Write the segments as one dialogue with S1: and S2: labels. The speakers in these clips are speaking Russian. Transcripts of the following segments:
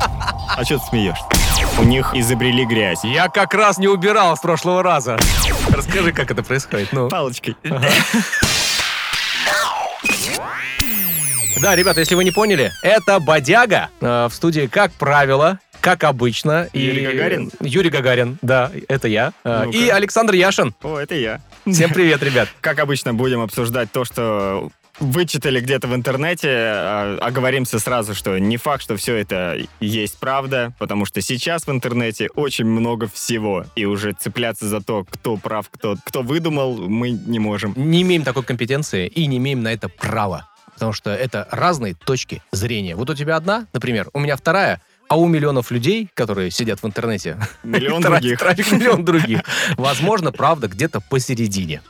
S1: А что ты смеешься? У них изобрели грязь.
S2: Я как раз не убирал с прошлого раза. Расскажи, как это происходит. Ну.
S1: Палочкой.
S2: Да, ребята, если вы не поняли, это «Бодяга» э, в студии, как правило, как обычно. и-
S1: Юрий Гагарин?
S2: Юрий Гагарин, да, это я. Э,
S1: Ну-ка.
S2: И Александр Яшин.
S1: О, это я.
S2: Всем привет, ребят.
S1: Как обычно, будем обсуждать то, что вычитали где-то в интернете, а- оговоримся сразу, что не факт, что все это есть правда, потому что сейчас в интернете очень много всего, и уже цепляться за то, кто прав, кто, кто выдумал, мы не можем.
S2: Не имеем такой компетенции и не имеем на это права, потому что это разные точки зрения. Вот у тебя одна, например, у меня вторая, а у миллионов людей, которые сидят в интернете,
S1: Миллион
S2: трафик-
S1: других
S2: трафик миллион других, возможно, правда где-то посередине.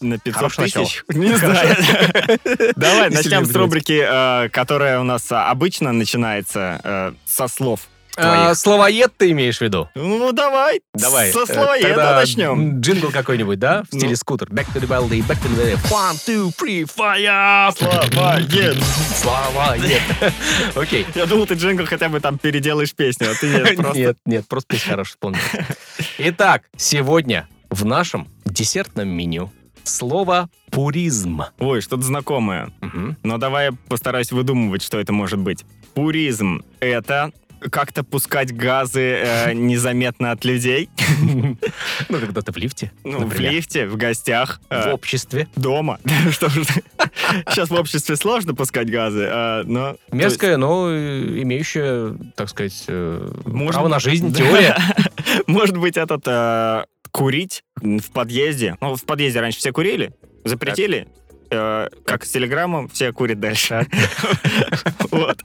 S1: на 500
S2: Хорошее
S1: тысяч. Не знаю. Давай начнем
S2: Не сильно
S1: с
S2: извиняюсь.
S1: рубрики, э, которая у нас а, обычно начинается э, со слов. твоих.
S2: А, Словоед ты имеешь в виду?
S1: Ну, давай.
S2: Давай.
S1: Со
S2: э,
S1: слова
S2: тогда
S1: это начнем.
S2: м, Джингл какой-нибудь, да? В
S1: Ну.
S2: стиле скутер. Back to the belly, back to the belly. One, two, three, fire!
S1: Слова,
S2: Слова нет. Окей.
S1: Я думал, ты джингл хотя бы там переделаешь песню, а ты нет, просто...
S2: Нет, нет, просто песня хорошая вспомнилась. Итак, сегодня в нашем десертном меню слово «пуризм».
S1: Ой, что-то знакомое.
S2: Мгм.
S1: Но давай я постараюсь выдумывать, что это может быть. Пуризм — это как-то пускать газы э, незаметно от людей.
S2: Ну, когда ты в лифте,
S1: Ну, в
S2: например.
S1: лифте, в гостях, э,
S2: В обществе.
S1: дома. Что ж ты. Сейчас в обществе сложно пускать газы, э, но...
S2: Мерзкая, но э, имеющая, так сказать, э,
S1: Может-
S2: право на жизнь,
S1: Да.
S2: теория.
S1: Может быть, этот э, курить в подъезде. Ну, в подъезде раньше все курили, запретили. Э, Как с телеграммом, все курят дальше. Вот.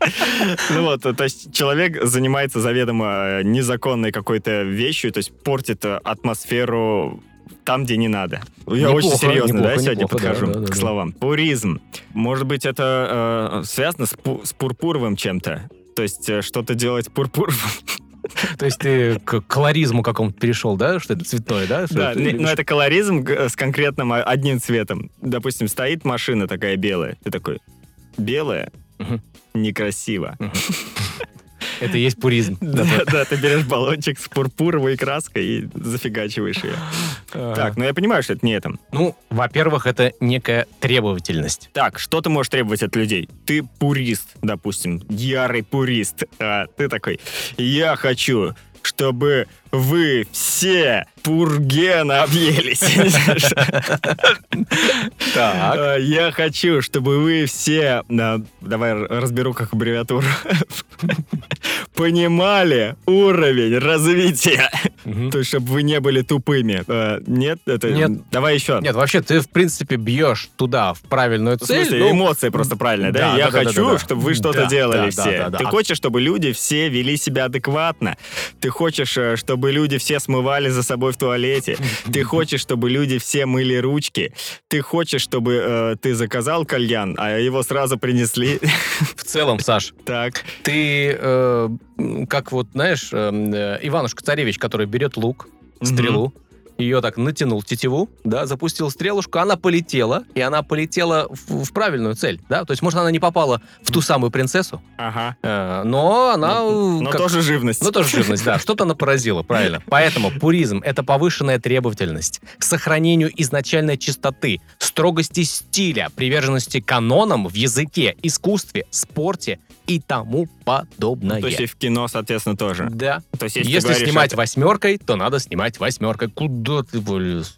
S1: Ну вот, то есть человек занимается заведомо э, незаконной какой-то вещью, то есть портит э, атмосферу там, где не надо. Я
S2: Неплохо,
S1: очень серьезно, да,
S2: неплохо,
S1: сегодня
S2: неплохо, да,
S1: подхожу
S2: да, да,
S1: к
S2: да.
S1: словам. Пуризм. Может быть, это э, связано с пу- с пурпуровым чем-то? То есть э, что-то делать пурпуровым?
S2: То есть ты к колоризму какому-то перешел, да? Что это цветное, да? Что
S1: Да,
S2: это-
S1: не- но это колоризм г- э, с конкретным о- одним цветом. Допустим, стоит машина такая белая. Ты такой, белая?
S2: Мгм.
S1: Некрасиво.
S2: Это и есть пуризм.
S1: Да, да, ты берешь баллончик с пурпуровой краской и зафигачиваешь ее.
S2: Так.
S1: Так, ну я понимаю, что это не это.
S2: Ну, во-первых, это некая требовательность.
S1: Так, что ты можешь требовать от людей? Ты пурист, допустим, ярый пурист. А ты такой, я хочу, чтобы вы все пургена объелись. Не знаю, что-
S2: Так.
S1: Э, Я хочу, чтобы вы все... да, Давай р- разберу как аббревиатуру. Понимали уровень развития. То есть, чтобы вы не были тупыми. Э, Нет? Это...
S2: Нет.
S1: Давай еще.
S2: Нет, вообще, ты, в принципе, бьешь туда, в правильную
S1: В
S2: цель.
S1: смысле,
S2: ну,
S1: эмоции просто правильно, да?
S2: да,
S1: Я
S2: да, да, да,
S1: хочу,
S2: да.
S1: чтобы вы что-то
S2: Да,
S1: делали
S2: да, да,
S1: все.
S2: да, да.
S1: Ты
S2: А-
S1: хочешь, чтобы люди все вели себя адекватно. Ты хочешь, э, чтобы люди все смывали за собой в туалете. Ты хочешь, чтобы люди все мыли ручки. Ты хочешь, чтобы э, ты заказал кальян, а его сразу принесли.
S2: В целом, Саш,
S1: Так.
S2: ты э, м, как вот, знаешь, э, м, э, Иванушка Царевич, который берет лук, стрелу, ее так натянул тетиву, да, запустил стрелушку, она полетела, и она полетела в, в правильную цель, да, то есть, может, она не попала в ту самую принцессу,
S1: Ага.
S2: Э, Но она...
S1: Но
S2: э,
S1: но
S2: как-
S1: Ну, тоже живность.
S2: Ну, тоже жирность, да. Что-то она поразила, правильно. Поэтому пуризм — это повышенная требовательность к сохранению изначальной чистоты, строгости стиля, приверженности канонам в языке, искусстве, спорте и тому подобное.
S1: Ну, То есть и в кино, соответственно, тоже.
S2: Да.
S1: То есть
S2: Если,
S1: ты говоришь,
S2: снимать
S1: это-
S2: восьмеркой, то надо снимать восьмеркой. Куда ты полез?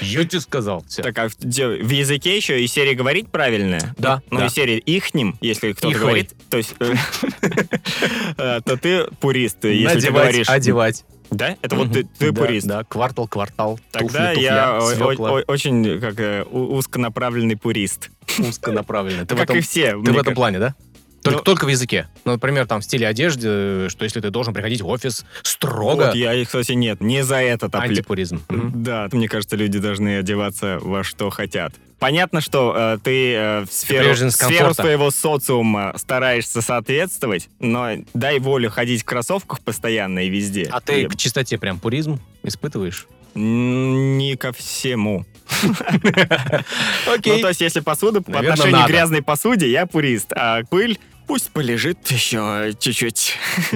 S2: Я тебе сказал. Всё.
S1: Так, а в, где- в языке еще и серии говорить правильно?
S2: Да,
S1: Ну
S2: да.
S1: и серии ихним, если кто-то
S2: Ихой.
S1: говорит, то есть... э, э, То ты пурист, если ты
S2: Надевать,
S1: говоришь...
S2: одевать.
S1: Да? Это вот ты-
S2: Мгм.
S1: ты
S2: Да,
S1: пурист.
S2: Да, квартал, квартал.
S1: Тогда
S2: туфли,
S1: я
S2: туфля,
S1: о-
S2: свёкла.
S1: о- о- очень как э, у- узконаправленный пурист.
S2: узконаправленный. Ты в
S1: Как
S2: этом,
S1: и все.
S2: ты
S1: мне
S2: в этом
S1: кажется.
S2: плане, да? Только,
S1: Ну-
S2: только в языке. Ну, например, там в стиле одежды, э, что если ты должен приходить в офис строго,
S1: Вот а, я, их, кстати, нет, не за это топлю.
S2: антипуризм. Мгм.
S1: Да, мне кажется, люди должны одеваться во что хотят. Понятно, что э, ты э, в сферу,
S2: привержен
S1: в сферу
S2: комфорта.
S1: своего социума стараешься соответствовать, но дай волю ходить в кроссовках постоянно и везде.
S2: А ты
S1: Я-
S2: к чистоте прям пуризм испытываешь?
S1: М, Не ко всему.
S2: Окей.
S1: Ну, то есть, если посуду, по
S2: Наверное,
S1: отношению
S2: надо.
S1: к грязной посуде я пурист, а пыль Пусть полежит еще чуть-чуть.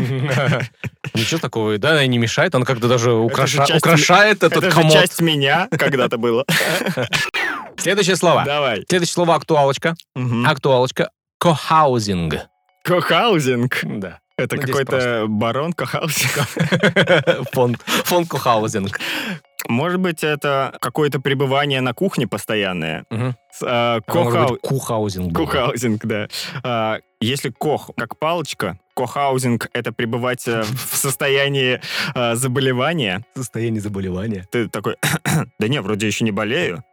S2: Ничего такого, да, она не мешает, она как-то даже украша-
S1: же часть-
S2: украшает этот
S1: Это же
S2: комод.
S1: часть меня когда-то было.
S2: Следующее слово.
S1: Давай.
S2: Следующее слово актуалочка.
S1: Мгм.
S2: Актуалочка. Кохаузинг.
S1: Кохаузинг.
S2: Да.
S1: Это
S2: Надеюсь,
S1: какой-то барон Кохаузинг.
S2: Фонд. Фонд Кохаузинг.
S1: Может быть, это какое-то пребывание на кухне постоянное.
S2: Мгм.
S1: С, а,
S2: А может
S1: кохау-
S2: быть, Кухаузинг.
S1: Кохаузинг, да. А, Если кох как палочка, кохаузинг — это пребывать э, в состоянии э, заболевания.
S2: Состояние заболевания.
S1: Ты такой, да не, вроде еще не болею,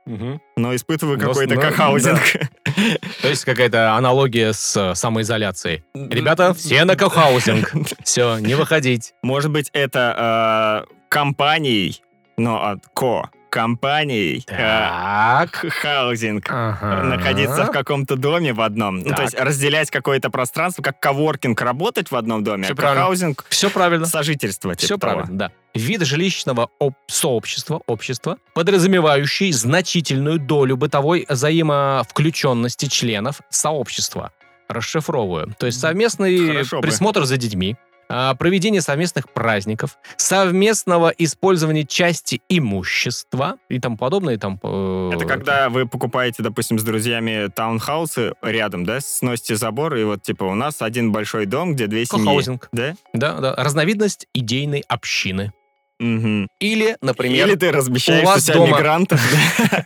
S1: но испытываю
S2: Но-
S1: какой-то
S2: но-
S1: кохаузинг.
S2: То есть какая-то аналогия с э, самоизоляцией. Ребята, все на кохаузинг. Все, не выходить.
S1: Может быть, это э, компанией, но от ко компанией э,
S2: Так.
S1: х- хаузинг.
S2: Ага.
S1: Находиться в каком-то доме в одном. Ну, то
S2: Так.
S1: есть разделять какое-то пространство, как коворкинг, работать в одном доме,
S2: Всё
S1: а
S2: правильно.
S1: кохаузинг
S2: Все правильно.
S1: сожительство. типа
S2: Все
S1: того.
S2: правильно, да. Вид жилищного об- сообщества, общества, подразумевающий значительную долю бытовой взаимовключенности членов сообщества. Расшифровываю. То есть совместный
S1: Хорошо бы.
S2: присмотр за детьми, а, проведение совместных праздников, совместного использования части имущества и тому подобное. И тому, э,
S1: Это когда вы покупаете, допустим, с друзьями таунхаусы рядом, да, сносите забор, и вот, типа, у нас один большой дом, где две семьи.
S2: кохаузинг.
S1: Да?
S2: Да, да. Разновидность идейной общины.
S1: Мгм.
S2: Или, например...
S1: Или ты размещаешь
S2: у
S1: у,
S2: вас
S1: себя
S2: дома-
S1: мигрантов,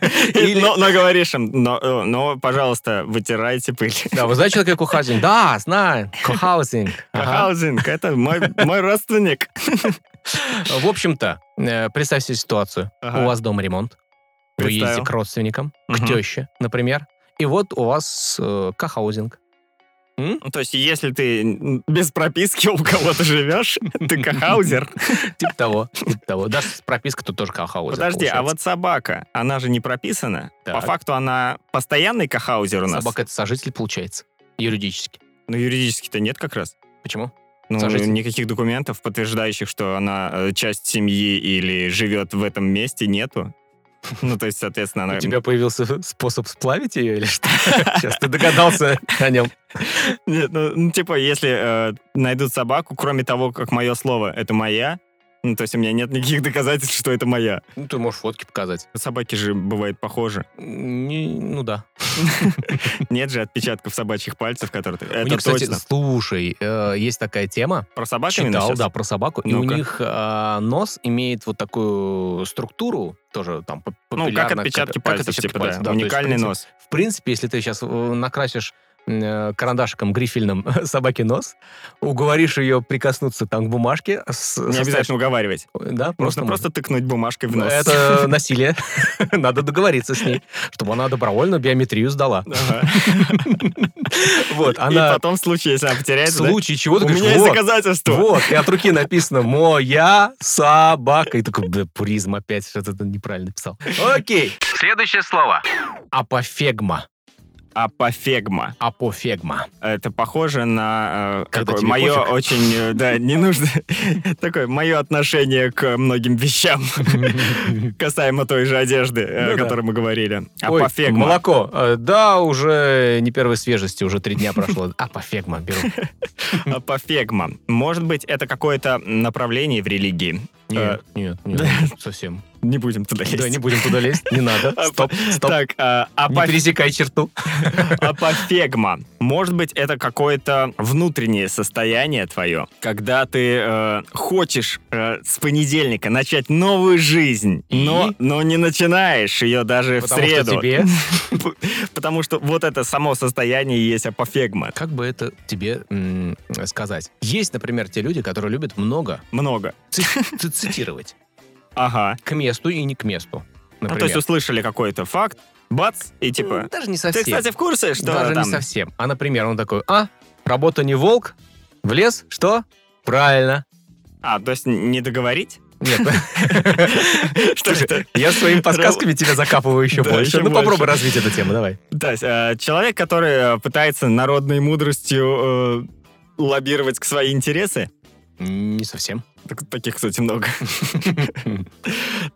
S1: да, и-
S2: Или-
S1: но, но говоришь им, но, э, но, пожалуйста, вытирайте пыль.
S2: Да, вы знаете, что такое кохаузинг? Да, знаю. Кохаузинг. Ага.
S1: А Хаузинг, это мой, мой родственник.
S2: В общем-то, э, представь себе ситуацию.
S1: Ага.
S2: У вас дома ремонт, вы
S1: Представил.
S2: ездите к родственникам, к
S1: Мгм.
S2: теще, например, и вот у вас э, кахаузинг.
S1: Ну, то есть, если ты м, без прописки у кого-то живешь, ты кахаузер.
S2: Типа того, типа того. Даже прописка тут тоже кахаузинг.
S1: Подожди, а вот собака, она же не прописана. По
S2: Так.
S1: факту она постоянный кахаузер у нас.
S2: Собака — это сожитель, получается, юридически.
S1: Ну, юридически-то нет как раз.
S2: Почему?
S1: Ну,
S2: Сожитель.
S1: никаких документов, подтверждающих, что она э, часть семьи или живет в этом месте, нету. Ну, то есть, соответственно, она...
S2: У тебя появился способ сплавить ее или что? Сейчас ты догадался о нем.
S1: Нет, ну, ну, типа, если э, найдут собаку, кроме того, как мое слово, это моя, ну, то есть у меня нет никаких доказательств, что это моя.
S2: Ну, ты можешь фотки показать.
S1: Собаки же бывают похожи.
S2: Не- Ну да.
S1: Нет же отпечатков собачьих пальцев, которые... ты-
S2: у
S1: Это
S2: них, кстати,
S1: точно.
S2: слушай, э, есть такая тема.
S1: Про собак именно
S2: Читал,
S1: сейчас?
S2: да, про собаку. И у
S1: Ну-ка.
S2: них а, нос имеет вот такую структуру, тоже там пап-
S1: Ну, как
S2: папиллярно,
S1: отпечатки
S2: как
S1: пальцев,
S2: отпечатки
S1: типа,
S2: пальцев,
S1: да.
S2: то есть,
S1: Уникальный
S2: в принципе-
S1: нос.
S2: В принципе, если ты сейчас накрасишь м, э, карандашиком грифельным собаке нос, уговоришь ее прикоснуться там к бумажке. с-
S1: Не
S2: составишь-
S1: обязательно уговаривать.
S2: Да, Ну, просто...
S1: Просто просто тыкнуть бумажкой в нос.
S2: Это насилие. Надо договориться с ней, чтобы она добровольно биометрию сдала.
S1: Ага.
S2: Вот,
S1: И
S2: она
S1: потом в случае, если она
S2: в
S1: потеряется, да,
S2: случае чего ты
S1: У
S2: говоришь,
S1: меня есть
S2: «Вот,
S1: доказательства.
S2: Вот, и от руки написано «Моя собака». И такой, да, призм опять, что-то ты неправильно написал. Окей. Следующее слово. Апофегма.
S1: Апофегма.
S2: Апофегма.
S1: Это похоже на э,
S2: Когда
S1: какое-
S2: тебе
S1: мое
S2: пофиг.
S1: очень, э, да, не нужно, такое мое отношение к многим вещам, касаемо той же одежды, э,
S2: Ну
S1: о
S2: да.
S1: которой мы говорили.
S2: Ой,
S1: Апофегма.
S2: Молоко. Э, Да, уже не первой свежести, уже три дня прошло. Апофегма беру.
S1: Апофегма. Э, Может быть, это какое-то направление в религии. Э,
S2: Нет, нет, нет, совсем.
S1: Не будем туда
S2: Да, не
S1: лезть.
S2: будем туда лезть, не надо.
S1: Апо-
S2: Стоп, стоп.
S1: Так, э,
S2: Не
S1: апоф-
S2: пересекай черту.
S1: Апофегма. а Может быть, это какое-то внутреннее состояние твое, когда ты э, хочешь э, с понедельника начать новую жизнь,
S2: И?
S1: но, но не начинаешь ее даже
S2: Потому
S1: в
S2: что
S1: среду.
S2: тебе,
S1: Потому что вот это само состояние и есть апофегма.
S2: как бы это тебе м, сказать? Есть, например, те люди, которые любят много
S1: Много.
S2: ци- ци- цитировать.
S1: Ага.
S2: к месту и не к месту.
S1: Ну,
S2: Например.
S1: то есть услышали какой-то факт, бац, и типа...
S2: М, Даже не
S1: Ты,
S2: совсем.
S1: кстати, в курсе, что
S2: Даже
S1: там?
S2: не совсем. А, например, он такой, а, работа не волк, в лес, что? Правильно.
S1: А, то есть не договорить?
S2: Нет,
S1: Что
S2: Слушай,
S1: это?
S2: я своими подсказками тебя закапываю еще
S1: Да,
S2: больше.
S1: еще
S2: Ну,
S1: больше.
S2: попробуй развить эту тему, давай.
S1: Да, э, человек, который э, пытается народной мудростью э, лоббировать к свои интересы,
S2: Не совсем.
S1: Так- Таких, кстати, много.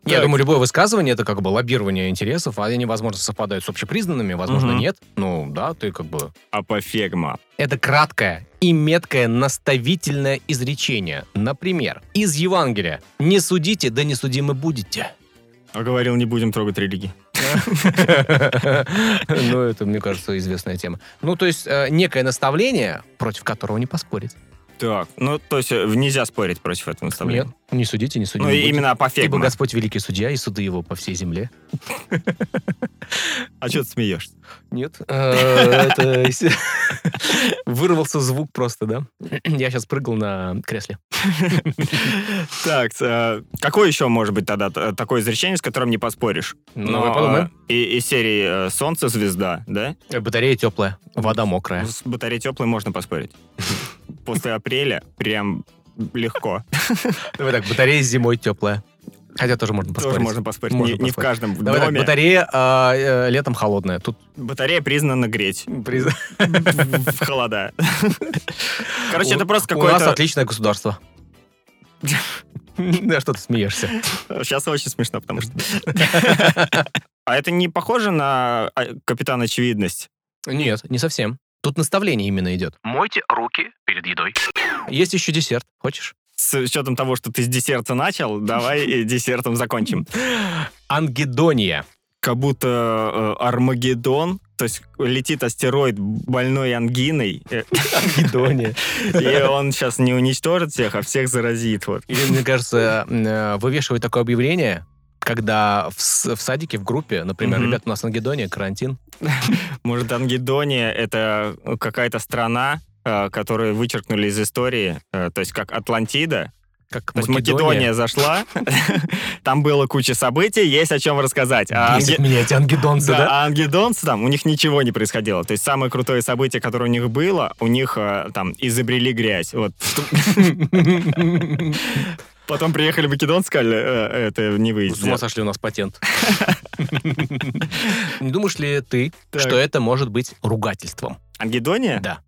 S2: Я
S1: Так.
S2: думаю, любое высказывание это как бы лоббирование интересов, а они, возможно, совпадают с общепризнанными, возможно,
S1: Мгм.
S2: нет. Ну, да, ты как бы...
S1: Апофегма.
S2: Это краткое и меткое наставительное изречение. Например, из Евангелия «Не судите, да не судимы будете».
S1: А говорил, не будем трогать религии.
S2: Ну, это, мне кажется, известная тема. Ну, то есть, э, некое наставление, против которого не поспорить.
S1: Так, ну, то есть э, нельзя спорить против этого
S2: Нет,
S1: наставления.
S2: не судите, не Типа судимы
S1: Ну, и
S2: будете.
S1: именно
S2: Ибо
S1: апофегма.
S2: Господь великий судья, и суды его по всей земле.
S1: А что ты смеешься?
S2: Нет. Э, Это с- Вырвался звук просто, да? Я сейчас прыгал на кресле.
S1: Так, э, какое еще может быть тогда т- такое изречение, с которым не поспоришь?
S2: Ну,
S1: Но,
S2: я подумаю.
S1: э, и- Из серии э, «Солнце, звезда», да?
S2: Батарея теплая, вода мокрая.
S1: С батареей теплой можно поспорить. После апреля прям легко.
S2: Давай так, батарея зимой теплая. Хотя тоже можно
S1: Тоже
S2: поспорить.
S1: можно поспорить.
S2: Можно
S1: Не- Не в
S2: поспорить.
S1: каждом
S2: Давай так,
S1: доме.
S2: батарея а, э, летом холодная. Тут
S1: Батарея признана греть.
S2: приз-
S1: В в холода. Короче, это просто
S2: у нас
S1: какое-то...
S2: отличное государство. Да что ты смеешься?
S1: Сейчас очень смешно, потому что... А это не похоже на а, капитан очевидность?
S2: Нет, не совсем. Тут наставление именно идет.
S3: Мойте руки перед едой.
S2: Есть еще десерт. Хочешь?
S1: С учетом того, что ты с десерта начал, давай и десертом закончим.
S2: Ангедония.
S1: Как будто э, Армагеддон, то есть летит астероид больной ангиной, э,
S2: Ангедония.
S1: и он сейчас не уничтожит всех, а всех заразит. Вот.
S2: Или, мне кажется, э, вывешивать такое объявление, когда в, с- в садике, в группе, например,
S1: Мгм.
S2: ребят, у нас Ангедония, карантин.
S1: Может, Ангедония — это э, какая-то страна, э, которую вычеркнули из истории, э, то есть как Атлантида.
S2: Как
S1: То есть Македония зашла, там было куча событий, есть о чем рассказать. А
S2: Бесит
S1: Анге-
S2: меня эти ангедонцы,
S1: Да,
S2: да?
S1: а ангедонцы там, у них ничего не происходило. То есть самое крутое событие, которое у них было, у них э, там изобрели грязь. Вот. Потом приехали македонцы, сказали, «Э, это не вы.
S2: Вы С ума
S1: сделали».
S2: сошли у нас патент. Не думаешь ли ты,
S1: Так.
S2: что это может быть ругательством?
S1: Ангедония?
S2: Да.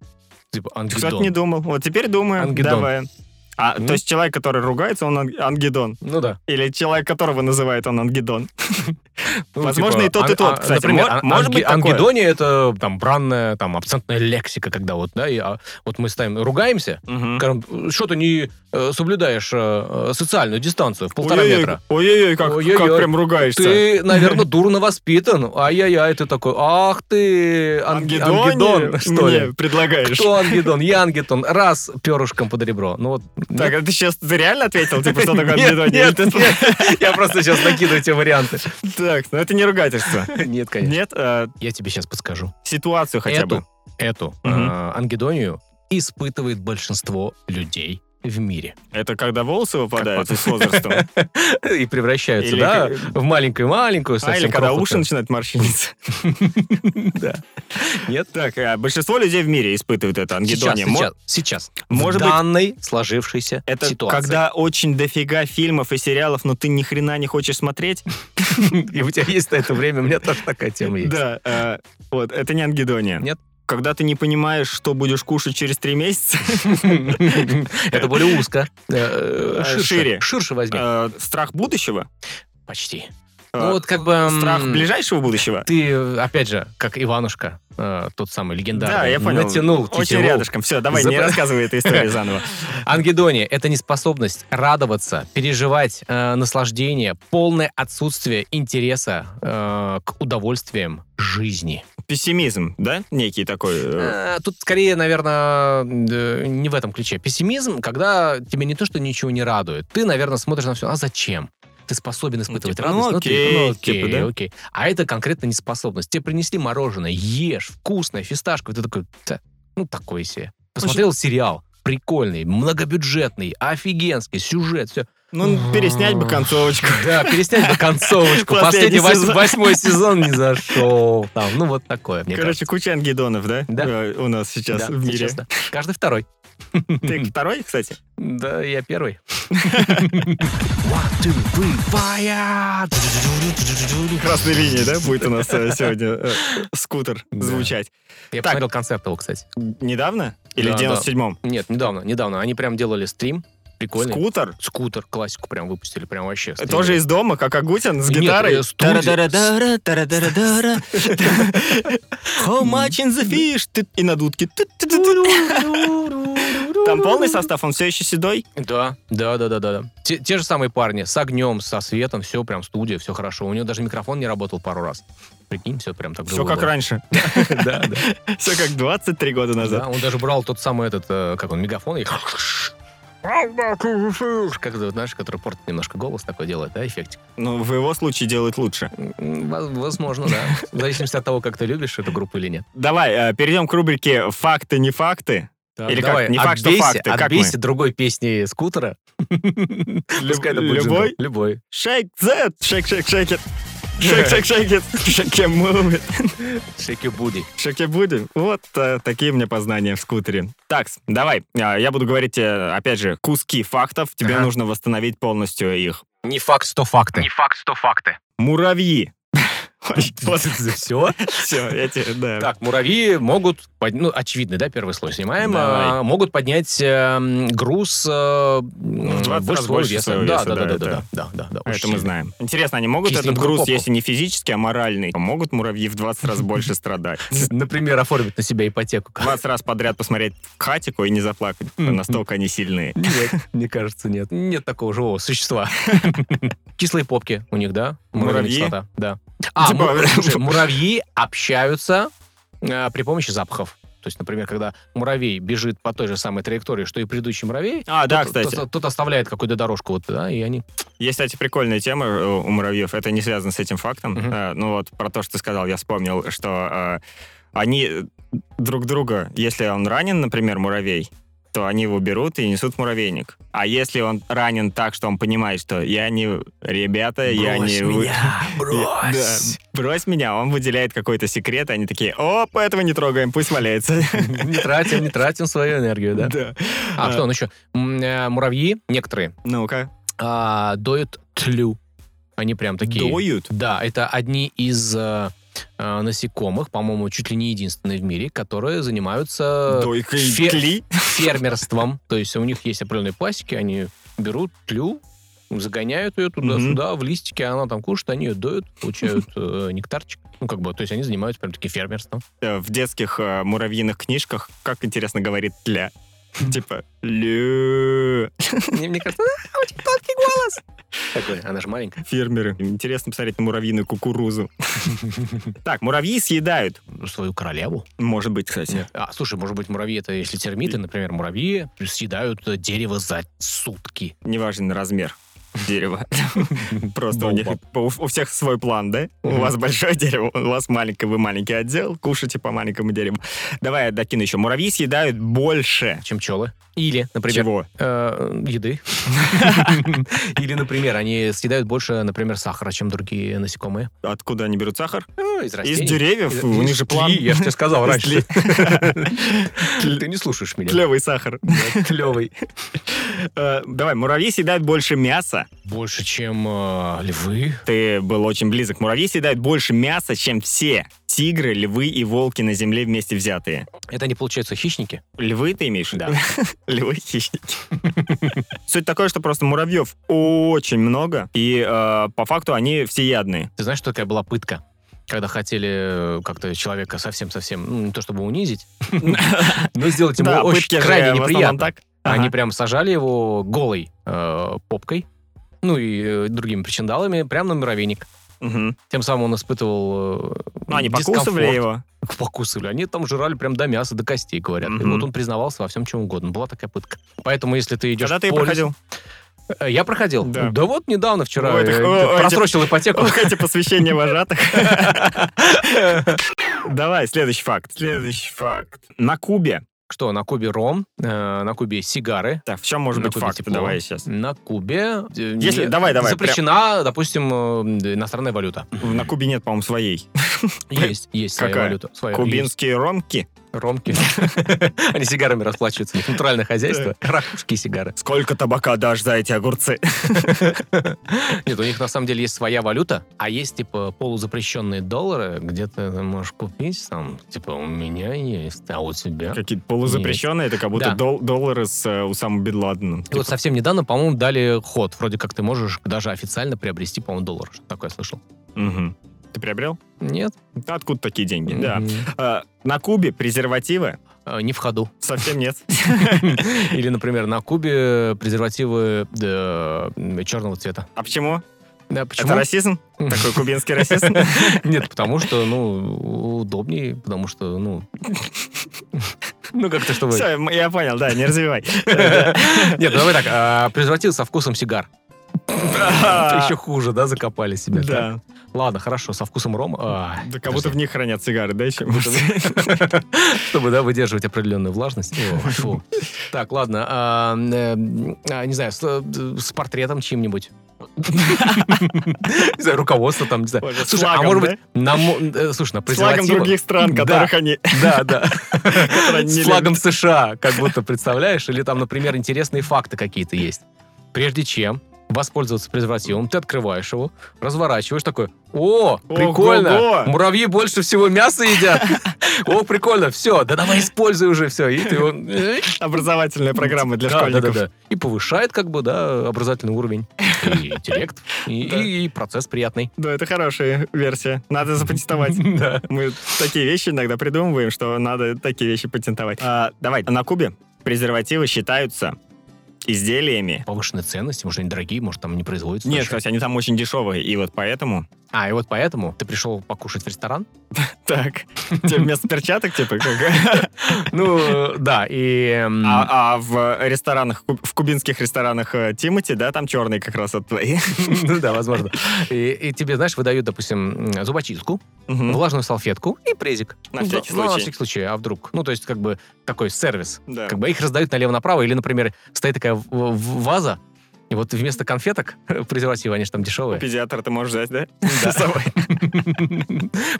S2: Типа
S1: Кстати, не
S2: ангедон.
S1: думал. Вот теперь думаю.
S2: Ангедон.
S1: Давай. А,
S2: М?
S1: то есть человек, который ругается, он ан- ангедон.
S2: Ну да.
S1: Или человек, которого называют он ангедон. Возможно, и тот, и
S2: ан-
S1: тот,
S2: а,
S1: кстати.
S2: Например,
S1: Мо-
S2: ан-
S1: может
S2: анги-
S1: быть такое?
S2: ангедония — это там бранная, там, абсентная лексика, когда вот, да, и а, вот мы ставим, ругаемся,
S1: Мгм.
S2: Скажем, что ты не э, соблюдаешь э, э, социальную дистанцию в полтора
S1: Ой-ой-ой,
S2: метра.
S1: Ой-ой-ой, как,
S2: Ой-ой-ой.
S1: как прям ругаешься.
S2: Ты, наверное, дурно воспитан. Ай-яй-яй, ты такой, ах ты, анги-
S1: Ангедония
S2: ангедон, что
S1: мне
S2: ли?
S1: предлагаешь.
S2: Кто ангедон? Я ангедон. Раз, перышком под ребро. Ну вот.
S1: Так, а ты сейчас ты реально ответил? Типа, что такое
S2: Нет,
S1: ангедония?
S2: нет, нет. Я просто сейчас накидываю тебе варианты.
S1: Так, ну это не ругательство.
S2: Нет, конечно.
S1: Нет, э,
S2: Я тебе сейчас подскажу.
S1: ситуацию хотя бы.
S2: Эту, эту э,
S1: Мгм.
S2: ангедонию испытывает большинство людей в мире.
S1: Это когда волосы выпадают А,
S2: потом.
S1: с возрастом.
S2: И превращаются,
S1: Или
S2: да,
S1: к-
S2: в маленькую-маленькую
S1: А, или
S2: совсем
S1: когда
S2: крохотную.
S1: уши начинают морщиниться.
S2: Да. Нет?
S1: Так, э, большинство людей в мире испытывают это
S2: Сейчас,
S1: ангедония. Мо-
S2: сейчас, сейчас.
S1: Может
S2: в
S1: быть,
S2: данной сложившейся
S1: это
S2: ситуации.
S1: когда очень дофига фильмов и сериалов, но ты ни хрена не хочешь смотреть.
S2: И у тебя есть на это время, у меня тоже такая тема есть.
S1: Да, э, вот, это не ангедония.
S2: Нет.
S1: Когда ты не понимаешь, что будешь кушать через три месяца,
S2: Это более узко. Э,
S1: Э, шире.
S2: Ширше возьми.
S1: э, страх будущего,
S2: Почти.
S1: э,
S2: Ну вот как бы... м,
S1: страх ближайшего будущего,
S2: Ты, э, опять же, как Иванушка, э, тот самый легендарный.
S1: Да, я понял.
S2: Натянул
S1: очень
S2: тетиву.
S1: рядышком. Все, давай, не
S2: Зап-
S1: рассказывай эту историю заново.
S2: Ангедония — это неспособность радоваться, переживать э, наслаждение, полное отсутствие интереса э, к удовольствиям жизни.
S1: Пессимизм, да? Некий такой. э,
S2: Э, Тут скорее, наверное, э, не в этом ключе. Пессимизм, когда тебе не то, что ничего не радует. Ты, наверное, смотришь на все, а зачем? Ты способен испытывать
S1: типа, ну
S2: радость.
S1: окей,
S2: ну,
S1: типа, да.
S2: окей. А это конкретно неспособность. Тебе принесли мороженое, ешь, вкусное, фисташковое. Ты такой, «Та, ну, такой себе. Посмотрел сериал, прикольный, многобюджетный, офигенский, сюжет, все.
S1: Ну, переснять бы концовочку.
S2: Да, переснять бы концовочку.
S1: Последний
S2: Последний
S1: сезон.
S2: вось- восьмой сезон не зашел. Там, ну, вот такое, мне
S1: Короче,
S2: кажется.
S1: куча ангедонов, да?
S2: Да.
S1: э, У нас сейчас
S2: Да,
S1: в мире.
S2: сейчас, да. Каждый второй.
S1: Ты второй, кстати?
S2: Да, я первый. One, two, three, fire!
S1: Красной линии, да, будет у нас э, сегодня э, скутер
S2: Да.
S1: звучать.
S2: Я
S1: Так.
S2: посмотрел концерт его, кстати.
S1: Недавно? Или
S2: Да,
S1: в 97-м?
S2: Нет, недавно, недавно. Они прям делали стрим Прикольный.
S1: Скутер?
S2: Скутер, классику прям выпустили, прям вообще. стрелять.
S1: Тоже из дома, как Агутин, с
S2: Нет,
S1: гитарой?
S2: э, студия.
S1: Тара-дара-дара, тара-дара-дара. How much in the fish? Ты- И на дудке. Там полный состав, он все еще седой.
S2: Да, да, да, да, да. да. Те, те же самые парни, с огнем, со светом, все прям студия, все хорошо. У него даже микрофон не работал пару раз. Прикинь, все прям так
S1: Все
S2: живо
S1: как
S2: было.
S1: раньше.
S2: Да, да.
S1: Все как 23 года назад.
S2: Да, он даже брал тот самый этот, э, как он, мегафон и... Как это, знаешь, который портит немножко голос такой делает, да, эффектик?
S1: Ну, в его случае делает лучше.
S2: М, во- Возможно, да. В зависимости от того, как ты любишь эту группу или нет.
S1: Давай, э, перейдем к рубрике «Факты, не факты».
S2: Так,
S1: Или как, не факт, что
S2: отбейся-
S1: факты, как мы?
S2: отбейся другой песни скутера. Пускай это будет джингл.
S1: любой?
S2: Любой.
S1: Shake that, shake, shake, shake it. Shake, shake, shake it. Shake your move it.
S2: Шеки Буди.
S1: Shake your booty. Вот э, такие мне познания в скутере. Так, давай, э, я буду говорить, э, опять же, куски фактов. Тебе
S2: Ага.
S1: нужно восстановить полностью их.
S2: Не факт, что факты.
S3: Не факт, что факты.
S1: Муравьи. Вот
S2: Все.
S1: все, я тебе, да.
S2: Так, муравьи могут, под- ну, очевидно, да, первый слой снимаем,
S1: Давай.
S2: а, могут поднять э, м, груз э, м,
S1: 20 раз
S2: больше своего
S1: больше
S2: веса.
S1: своего
S2: Да,
S1: веса,
S2: да,
S1: да,
S2: да, да,
S1: это-
S2: да, да, да, да,
S1: Это
S2: очень
S1: мы
S2: сильно.
S1: знаешь. Интересно, они могут
S2: Чистенькую
S1: этот груз,
S2: попку.
S1: если не физически, а моральный, могут муравьи в 20 раз больше страдать?
S2: Например, оформить на себя ипотеку.
S1: 20 раз подряд посмотреть хатику и не заплакать.
S2: Мгм.
S1: Настолько они сильные.
S2: Нет, мне кажется, нет. Нет такого живого существа. Кислые попки у них, да? Муравьиная
S1: Муравьи?
S2: кислота, Да. А,
S1: Типа-
S2: му- слушай, муравьи общаются э, при помощи запахов. То есть, например, когда муравей бежит по той же самой траектории, что и предыдущий муравей,
S1: А, да,
S2: тот-
S1: кстати.
S2: тот- тот оставляет какую-то дорожку, вот, да, и они
S1: Есть, кстати, прикольная тема э, у муравьев. Это не связано с этим фактом.
S2: Мгм.
S1: Э, Ну вот, про то, что ты сказал, я вспомнил, что э, они друг друга, если он ранен, например, муравей, то они его берут и несут в муравейник. А если он ранен так, что он понимает, что я не... Ребята, я не... вы-
S2: брось.
S1: Да, брось меня, он выделяет какой-то секрет, и они такие, оп, этого не трогаем, пусть валяется.
S2: Не тратим, не тратим свою энергию, да? А,
S1: А.
S2: что он еще? М, э, Муравьи некоторые
S1: Ну-ка.
S2: а, доют тлю. Они прям такие...
S1: Доют.
S2: Да, это одни из э, э, насекомых, по-моему, чуть ли не единственные в мире, которые занимаются
S1: Дойка и
S2: Э, фе-
S1: тли.
S2: фермерством. То есть у них есть определенные пластики, они берут тлю, загоняют ее туда-сюда, в листики, она там кушает, они ее доют, получают э, нектарчик. Ну, как бы, то есть они занимаются прям таки фермерством.
S1: Э, в детских э, муравьиных книжках, как интересно говорит тля. Типа, лю
S2: Мне, мне кажется, «А, очень тонкий голос. Такой, она же маленькая.
S1: фермеры. Интересно посмотреть на муравьиную кукурузу. Так, муравьи съедают.
S2: Ну, Свою королеву.
S1: Может быть, кстати.
S2: А, слушай, может быть, муравьи это, если термиты, например, муравьи съедают э, дерево за сутки.
S1: Неважен размер дерева. Просто у них
S2: Баобаб.
S1: у у всех свой план, да? У
S2: Мгм.
S1: вас большое дерево, у вас маленькое, вы маленький отдел, кушайте по маленькому дереву. Давай я докину еще. Муравьи съедают больше.
S2: Чем пчелы. Или, например,
S1: Чего?
S2: э, еды. Или, например, они съедают больше, например, сахара, чем другие насекомые.
S1: Откуда они берут сахар?
S2: Ну, Из
S1: Из
S2: растений.
S1: деревьев.
S2: Из-
S1: У
S2: из
S1: них же план.
S2: тли, Я же тебе сказал
S1: Из
S2: раньше.
S1: тли.
S2: Ты не слушаешь меня.
S1: Клевый сахар.
S2: Клевый.
S1: Э, Давай, муравьи съедают больше мяса.
S2: Больше, чем э, львы.
S1: Ты был очень близок. Муравьи съедают больше мяса, чем все тигры, львы и волки на земле вместе взятые.
S2: Это они, получаются хищники?
S1: Львы ты имеешь? Да. Львы хищники. Суть такое, что просто муравьев очень много, и э, по факту они всеядные.
S2: Ты знаешь, что такая была пытка? Когда хотели э, как-то человека совсем-совсем, ну, не то чтобы унизить, но сделать ему
S1: Да,
S2: очень
S1: пытки же в
S2: крайне
S1: основном
S2: неприятно.
S1: так.
S2: Они
S1: Ага.
S2: прям сажали его голой э, попкой, ну и э, другими причиндалами, прям на муравейник.
S1: Мгм.
S2: Тем самым он испытывал э,
S1: Ну, они
S2: дискомфорт.
S1: покусывали его.
S2: Покусывали. Они там жрали прям до мяса, до костей, говорят. И
S1: Мгм.
S2: вот он признавался во всем чем угодно. Была такая пытка. Поэтому, если ты идешь...
S1: Когда
S2: в
S1: ты
S2: поле-
S1: проходил?
S2: Э, Я проходил.
S1: Да.
S2: Да. вот недавно, вчера.
S1: Ой, так,
S2: э,
S1: о, ой,
S2: просрочил ипотеку.
S1: Ох, эти посвящения вожатых. Давай, следующий факт. Следующий факт. На Кубе.
S2: Что, на Кубе ром, э, на Кубе сигары,
S1: Так, в чем может
S2: На
S1: быть
S2: Кубе
S1: факт?
S2: тепло.
S1: Давай сейчас.
S2: На Кубе э,
S1: Если-
S2: не-
S1: давай, давай,
S2: запрещена, допустим, э, д- иностранная валюта.
S1: На Кубе нет, по-моему, своей.
S2: Есть, есть своя
S1: Какая?
S2: валюта. Своя,
S1: Кубинские ромки.
S2: есть. Ромки. Они сигарами расплачиваются. У них Натуральное хозяйство. Ракушки и сигары.
S1: Сколько табака дашь за эти огурцы?
S2: Нет, у них на самом деле есть своя валюта, а есть типа полузапрещенные доллары, где ты можешь купить там, типа у меня есть, а у тебя.
S1: Какие-то полузапрещенные, это как будто
S2: Да.
S1: дол- доллары с э, Усамом Бен Ладеном.
S2: И вот совсем недавно, по-моему, дали ход. Вроде как ты можешь даже официально приобрести, по-моему, доллар. Что такое слышал?
S1: Мгм. Ты приобрел?
S2: Нет.
S1: Да Откуда такие деньги? Да.
S2: М,
S1: Э, На Кубе презервативы
S2: э, Не в ходу.
S1: совсем нет.
S2: Или, например, на Кубе презервативы черного цвета.
S1: А почему?
S2: Да,
S1: Это расизм? Такой кубинский расизм?
S2: Нет, потому что, ну, удобнее, потому что, ну... Ну, как-то чтобы...
S1: Все, я понял, да, не развивай.
S2: Нет, давай так, а, презервативы со вкусом сигар. Это Еще
S1: Да,
S2: хуже, А. да, закопали себя. так? Ладно, хорошо, со вкусом рома. А,
S1: да как будто в
S2: подожди.
S1: них хранят сигары, да, еще?
S2: Чтобы, да, выдерживать определенную влажность. О, фу. Так, ладно. а, э, а, Не знаю, с э, с портретом чьим-нибудь. Не знаю, руководство там, не знаю.
S1: Боже, с
S2: Слушай, а
S1: флагом,
S2: может
S1: да?
S2: быть, на мо- э, слушай, на
S1: С флагом
S2: презервативах-
S1: других стран,
S2: Да.
S1: которых они...
S2: Да, да.
S1: которые они не
S2: С флагом США, как будто представляешь, или там, например, интересные факты какие-то есть. Прежде чем воспользоваться презервативом, ты открываешь его, разворачиваешь такой, о, прикольно,
S1: Ого-го!»
S2: муравьи больше всего мяса едят, о, прикольно, все, да давай используй уже все, и ты его... э,
S1: любят. Образовательная программа для
S2: да,
S1: школьников.
S2: да, да, да. И повышает как бы, да, образовательный уровень, и интеллект, и,
S1: Да.
S2: и- и процесс приятный.
S1: Да, это хорошая версия. Надо запатентовать.
S2: Да.
S1: Мы такие вещи иногда придумываем, что надо такие вещи патентовать. А, давай, на Кубе презервативы считаются изделиями.
S2: Повышенная ценность, может, они дорогие, может, там не производятся.
S1: Нет,
S2: вообще.
S1: кстати, они там очень дешевые, и вот поэтому...
S2: А, и вот поэтому ты пришел покушать в ресторан,
S1: Так, тебе вместо перчаток, типа, как...
S2: Ну, э, да, и... эм,
S1: А, а в ресторанах, куб- в кубинских ресторанах э, Тимати, да, там черные как раз от твои.
S2: Ну да, возможно. И, и тебе, знаешь, выдают, допустим, м, зубочистку,
S1: Мгм.
S2: влажную салфетку и презик.
S1: На
S2: Ну,
S1: всякий
S2: да, ну, на
S1: случай.
S2: всякий случай, а вдруг? Ну, то есть, как бы, такой сервис.
S1: Да.
S2: Как бы их раздают налево-направо, или, например, стоит такая в- в- ваза, и вот вместо конфеток, презервативы, они же там дешевые.
S1: Педиатр ты можешь взять, да? С собой.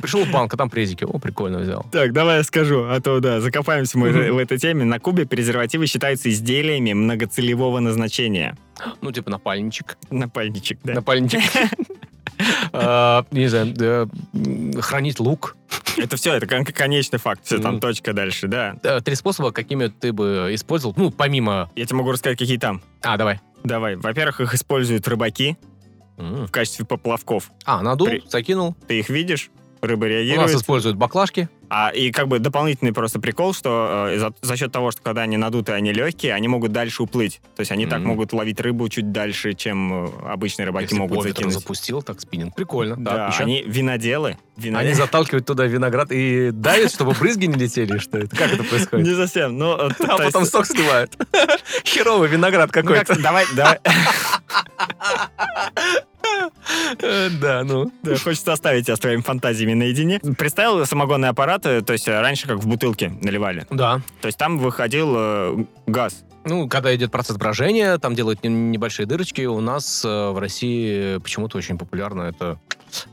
S2: Пришел в банк, а там презики. О, прикольно взял.
S1: Так, давай я скажу, а то, да, закопаемся мы
S2: Мгм.
S1: в этой теме. На Кубе презервативы считаются изделиями многоцелевого назначения.
S2: Ну, типа напальничек.
S1: Напальничек, да.
S2: Напальничек. А, Не знаю, да, м, хранить лук.
S1: Это все, это кон- конечный факт, все, там
S2: Мгм.
S1: точка дальше, да.
S2: Э, Три способа, какими ты бы использовал, ну, помимо...
S1: Я тебе могу рассказать, какие там.
S2: А, давай.
S1: Давай, во-первых, их используют рыбаки
S2: М.
S1: в качестве поплавков.
S2: А, надул,
S1: При-
S2: закинул.
S1: Ты их видишь, рыба
S2: У нас
S1: реагирует.
S2: используют баклажки.
S1: А, и как бы дополнительный просто прикол, что э, за, за счет того, что когда они надуты, они легкие, они могут дальше уплыть. То есть они так
S2: Мгм.
S1: могут ловить рыбу чуть дальше, чем э, обычные рыбаки
S2: Если
S1: могут
S2: по ветру
S1: закинуть.
S2: запустил, так спиннинг. Прикольно. Так,
S1: Да,
S2: ещё?
S1: они виноделы. виноделы.
S2: Они заталкивают туда виноград и давят, чтобы брызги не летели, что это? Как это происходит?
S1: Не совсем, но... э,
S2: А
S1: то есть-
S2: потом сок сливают. Херовый виноград
S1: Ну, как-
S2: какой-то.
S1: Давай, давай.
S2: Э, Да, ну.
S1: Да, Хочется оставить тебя с твоими фантазиями наедине. Представил самогонный аппарат, э, то есть э, раньше как в бутылке наливали.
S2: Да.
S1: То есть там выходил э, газ.
S2: Ну, когда идет процесс брожения, там делают не- небольшие дырочки. У нас э, в России почему-то очень популярно это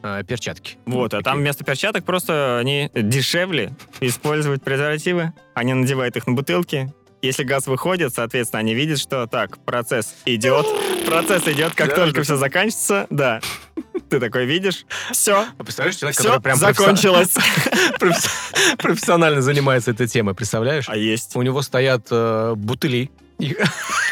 S2: э, перчатки.
S1: Вот, а там
S2: Такие.
S1: вместо перчаток просто они дешевле используют презервативы. Они надевают их на бутылки. Если газ выходит, соответственно, они видят, что так, процесс идет. Процесс идет, как
S2: Да,
S1: только
S2: да.
S1: все заканчивается, да. Ты такой видишь, все,
S2: А Представляешь, человек,
S1: все
S2: который прям професси-
S1: закончилось.
S2: професси- профессионально занимается этой темой, представляешь?
S1: А есть.
S2: У него стоят э, бутыли. И-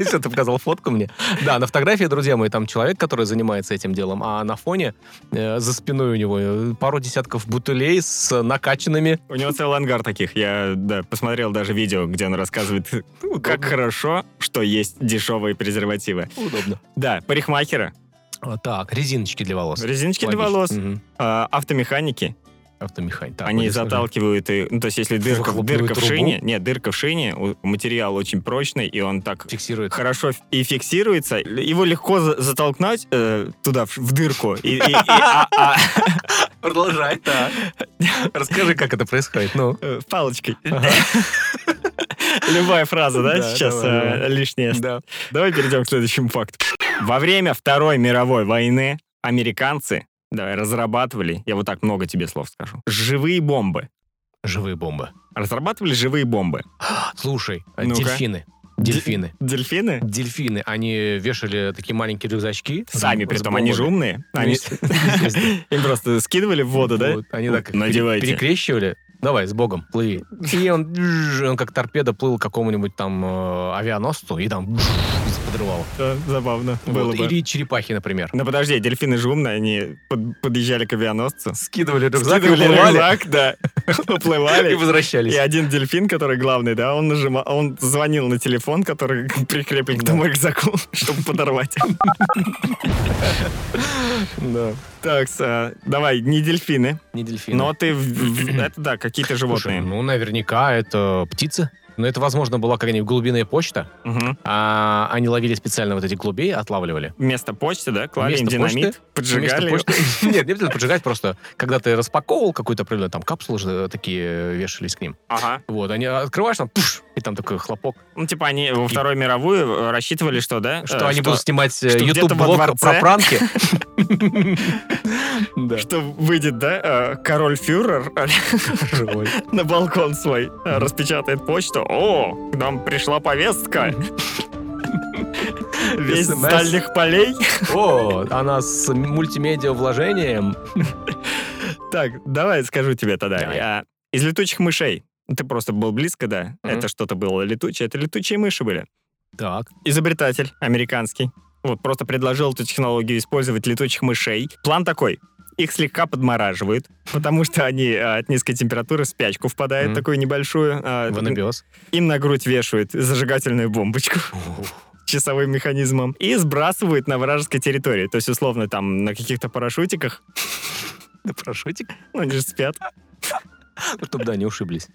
S2: Всё, ты показал фотку мне. Да, на фотографии, друзья мои, там человек, который занимается этим делом, а на фоне, э, за спиной у него э, пару десятков бутылей с накачанными.
S1: У него целый ангар таких. Я да, посмотрел даже видео, где он рассказывает, Ну, как хорошо, что есть дешевые презервативы.
S2: Удобно.
S1: Да, парикмахера,
S2: А, Так, резиночки для волос.
S1: резиночки для
S2: Логично.
S1: волос,
S2: Мгм.
S1: а, автомеханики.
S2: Автомеханик. Так,
S1: Они
S2: вот здесь тоже.
S1: заталкивают, и, ну, то есть если дырка,
S2: выхлопную
S1: дырка в
S2: трубу?
S1: шине, нет, дырка в шине, у- материал очень прочный, и он так
S2: Фиксирует.
S1: хорошо ф- и фиксируется, его легко за- затолкнуть э, туда, в, ш- в дырку. И, и- и- а- а-
S2: Продолжай, так. Расскажи, как это происходит. Ну,
S1: э, палочкой.
S2: Ага.
S1: Любая фраза, да,
S2: Да,
S1: сейчас
S2: давай,
S1: э,
S2: давай.
S1: лишняя
S2: да.
S1: Давай перейдем к следующему факту. Во время Второй мировой войны американцы давай, разрабатывали, я вот так много тебе слов скажу, живые бомбы.
S2: Живые бомбы.
S1: Разрабатывали живые бомбы.
S2: Слушай, э,
S1: Ну-ка.
S2: дельфины. Дельфины.
S1: Дельфины?
S2: Дельфины, они вешали такие маленькие рюкзачки.
S1: Сами,
S2: с
S1: при том, они же
S2: бомбами.
S1: умные. Они им просто скидывали в воду, да?
S2: Вот, Они так их пере-
S1: Надевайте.
S2: перекрещивали. Давай, с Богом, плыви. И он, он как торпеда плыл к какому-нибудь там э, авианосцу и там подрывал.
S1: Да, Забавно было бы.
S2: Или черепахи, например.
S1: Ну подожди, дельфины же умные, они под- подъезжали к авианосцу.
S2: Скидывали рюкзак,
S1: скидывали
S2: уплывали
S1: рюкзак, да,
S2: и
S1: уплывали.
S2: возвращались.
S1: И один дельфин, который главный, да, он нажимал, он звонил на телефон, который прикреплен к тому рюкзаку, чтобы подорвать.
S2: Да.
S1: Так, а, давай, не дельфины,
S2: Не дельфины.
S1: но ты, в- в- это да, какие-то
S2: Слушай,
S1: животные.
S2: ну, наверняка это птицы. Но это, возможно, была какая-нибудь глубинная почта.
S1: Мгм.
S2: А они ловили специально вот этих глубей, отлавливали.
S1: Вместо почты, да, клали
S2: Вместо
S1: им динамит,
S2: почты-
S1: поджигали.
S2: Вместо почты- Нет, не обязательно поджигать, просто когда ты распаковывал какую-то определенную, там капсулы же такие э, вешались к ним.
S1: Ага.
S2: Вот, они а, открываешь там, пш, и там такой хлопок.
S1: Ну, типа они во Вторую мировую э, рассчитывали, что, да? э,
S2: Что они будут снимать
S1: что где-то во
S2: YouTube-блог
S1: дворце.
S2: про пранки. Да.
S1: Что выйдет, да, э, король-фюрер
S2: Живой.
S1: на балкон свой, э, распечатает почту. О, к нам пришла повестка. Весь с
S2: SMS.
S1: дальних полей.
S2: О, она с мультимедиа вложением.
S1: Так, давай скажу тебе тогда.
S2: Давай.
S1: А, Из летучих мышей. Ты просто был близко, да?
S2: Мгм.
S1: Это что-то было летучее. Это летучие мыши были.
S2: Так.
S1: изобретатель американский, вот просто предложил эту технологию использовать летучих мышей. План такой. Их слегка подмораживают, потому что они а, от низкой температуры в спячку впадают,
S2: Мгм.
S1: такую небольшую. а,
S2: Вонобиос.
S1: им на грудь вешают зажигательную бомбочку часовым механизмом и сбрасывают на вражеской территории. То есть, условно, там на каких-то парашютиках,
S2: Да прошутик.
S1: ну, они же спят.
S2: Чтобы, да, не ушиблись.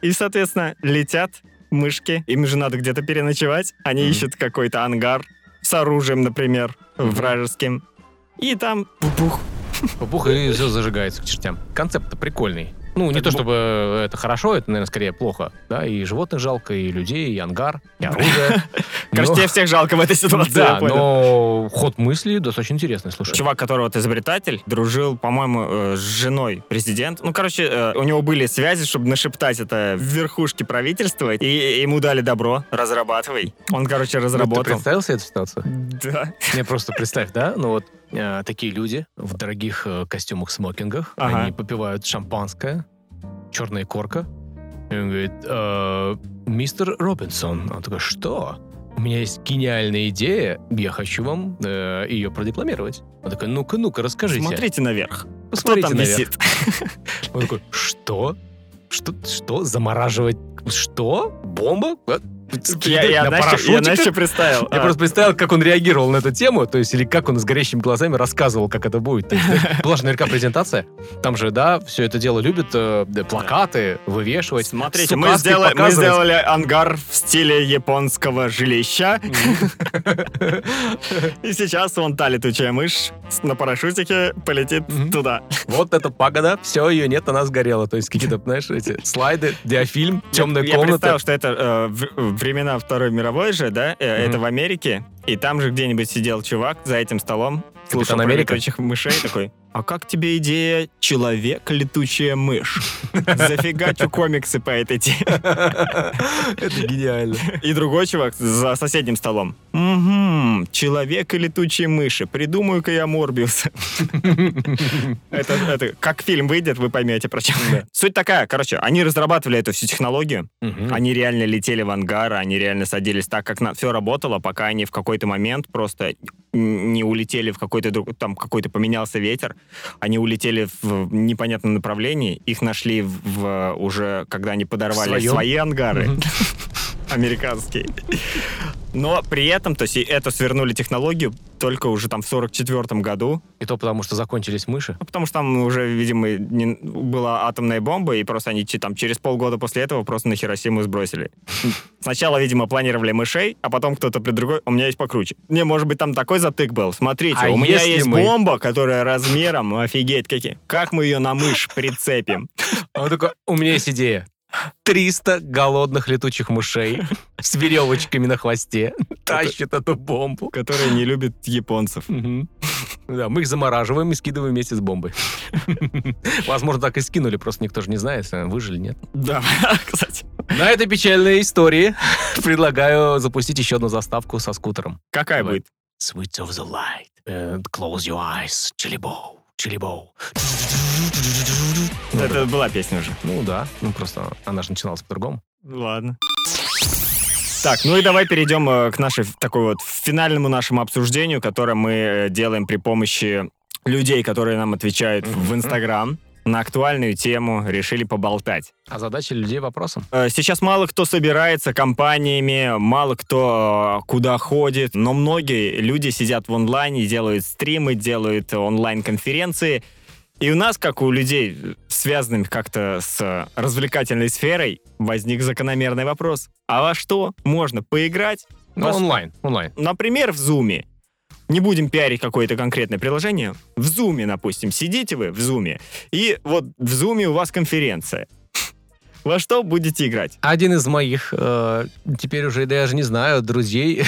S1: И, соответственно, летят мышки, им же надо где-то переночевать. Они
S2: Мгм.
S1: ищут какой-то ангар с оружием, например,
S2: Мгм.
S1: вражеским. И там пух
S2: Пух и все зажигается к чертям. Концепт-то прикольный. Ну, не
S1: Так
S2: то
S1: бу-
S2: чтобы это хорошо, это, наверное, скорее плохо. Да, и животных жалко, и людей, и ангар, и оружие.
S1: Ну, Короче,
S2: Но-
S1: тебе всех жалко в этой ситуации, я
S2: Да,
S1: понял.
S2: но ход мысли достаточно интересный, слушай.
S1: Чувак, которого ты изобретатель, дружил, по-моему, э, с женой президента. Ну, короче, э, у него были связи, чтобы нашептать это в верхушке правительства, и ему дали добро, разрабатывай. Он, короче,
S2: Ну, Ты
S1: разработал.
S2: представил себе эту ситуацию?
S1: Да.
S2: Мне просто представь, да? Ну вот э, такие люди в дорогих э, костюмах-смокингах,
S1: Ага.
S2: они попивают шампанское, черная корка. И он говорит, «Э, мистер Робинсон. Он такой, что? У меня есть гениальная идея, я хочу вам э, ее продекламировать. Он такой, ну-ка, ну-ка, расскажите.
S1: Смотрите наверх. Кто
S2: Посмотрите
S1: там
S2: наверх».
S1: висит?
S2: Он такой, что? Что? Что? Замораживать? Что? Бомба? Э,
S1: Я, я,
S2: на
S1: знаешь, что- я,
S2: парашютиках?»
S1: знаешь, что представил.
S2: Я
S1: А,
S2: просто представил, как он реагировал на эту тему, то есть, или как он с горящими глазами рассказывал, как это будет. То есть, да, была же наверняка презентация. Там же, да, все это дело любят э, да, плакаты вывешивать.
S1: Смотрите,
S2: с
S1: мы
S2: указкой
S1: сделали, мы
S2: показывать.
S1: сделали ангар в стиле японского жилища, и сейчас вон та летучая мышь с- на парашютике полетит
S2: Мгм.
S1: туда.
S2: Вот эта пагода, все, ее нет, она сгорела. То есть какие-то, знаешь, эти слайды, диафильм, темная
S1: Я
S2: комната.
S1: представил, что это э, в- времена Второй мировой же, да? э,
S2: Мгм.
S1: Это в Америке. И там же где-нибудь сидел чувак за этим столом, слушал про
S2: Америка.
S1: летучих мышей такой. А как тебе идея «Человек-летучая мышь»? Зафигачу комиксы по этой теме.
S2: Это гениально.
S1: И другой чувак за соседним столом. Угу, «Человек и летучие мыши». Придумаю-ка я Морбиуса. Это, это как фильм выйдет, вы поймете про чем. Суть такая, короче, они разрабатывали эту всю технологию,
S2: Мгм.
S1: Они реально летели в ангар, они реально садились так, как на... все работало, пока они в какой-то момент просто н- не улетели в какой-то друг... там какой-то поменялся ветер, они улетели в непонятном направлении, их нашли в, в- уже, когда они подорвали
S2: В своем?
S1: свои ангары
S2: Мгм.
S1: американские. Но при этом, то есть и эту свернули технологию только уже там в 44 году,
S2: И то потому, что закончились мыши.
S1: ну, потому что там уже, видимо, не- была атомная бомба, и просто они че- там через полгода после этого просто на Хиросиму сбросили. Сначала, видимо, планировали мышей, а потом кто-то при другой, у меня есть покруче. Не, может быть, там такой затык был. Смотрите,
S2: А
S1: у меня
S2: если
S1: есть
S2: мы-
S1: бомба, которая размером, офигеть, какие. Как мы ее на мышь прицепим?
S2: А Он такой, у меня есть идея. 300 голодных летучих мышей с веревочками на хвосте тащит эту бомбу.
S1: Которая не любит японцев.
S2: Мгм. Да, мы их замораживаем и скидываем вместе с бомбой. Возможно, так и скинули, просто никто же не знает, э, выжили, нет.
S1: Да, кстати.
S2: На этой печальной истории предлагаю запустить еще одну заставку со скутером.
S1: Какая
S2: Давай.
S1: будет?
S2: Switch of the light. And close your eyes. Chilibo. Chilibo.
S1: Это была песня уже.
S2: Ну да, ну просто она же начиналась по-другому.
S1: Ну, Ладно. Так, ну и давай перейдем э, к нашей ф- такой вот финальному нашему обсуждению, которое мы э, делаем при помощи людей, которые нам отвечают в- в Инстаграм. На актуальную тему решили поболтать.
S2: А задача людей вопросом.
S1: Э, Сейчас мало кто собирается компаниями, мало кто э, куда ходит, но многие люди сидят в онлайне, делают стримы, делают э, онлайн-конференции. И у нас, как у людей, э, связанных как-то с э, развлекательной сферой, возник закономерный вопрос. А во что можно поиграть?
S2: Ну,
S1: Вас-
S2: онлайн, онлайн.
S1: Например, в Зуме. Не будем пиарить какое-то конкретное приложение. В Зуме, допустим, сидите вы в Зуме, и вот в Зуме у вас конференция. Во что будете играть?
S2: Один из моих, э, теперь уже даже не знаю, друзей,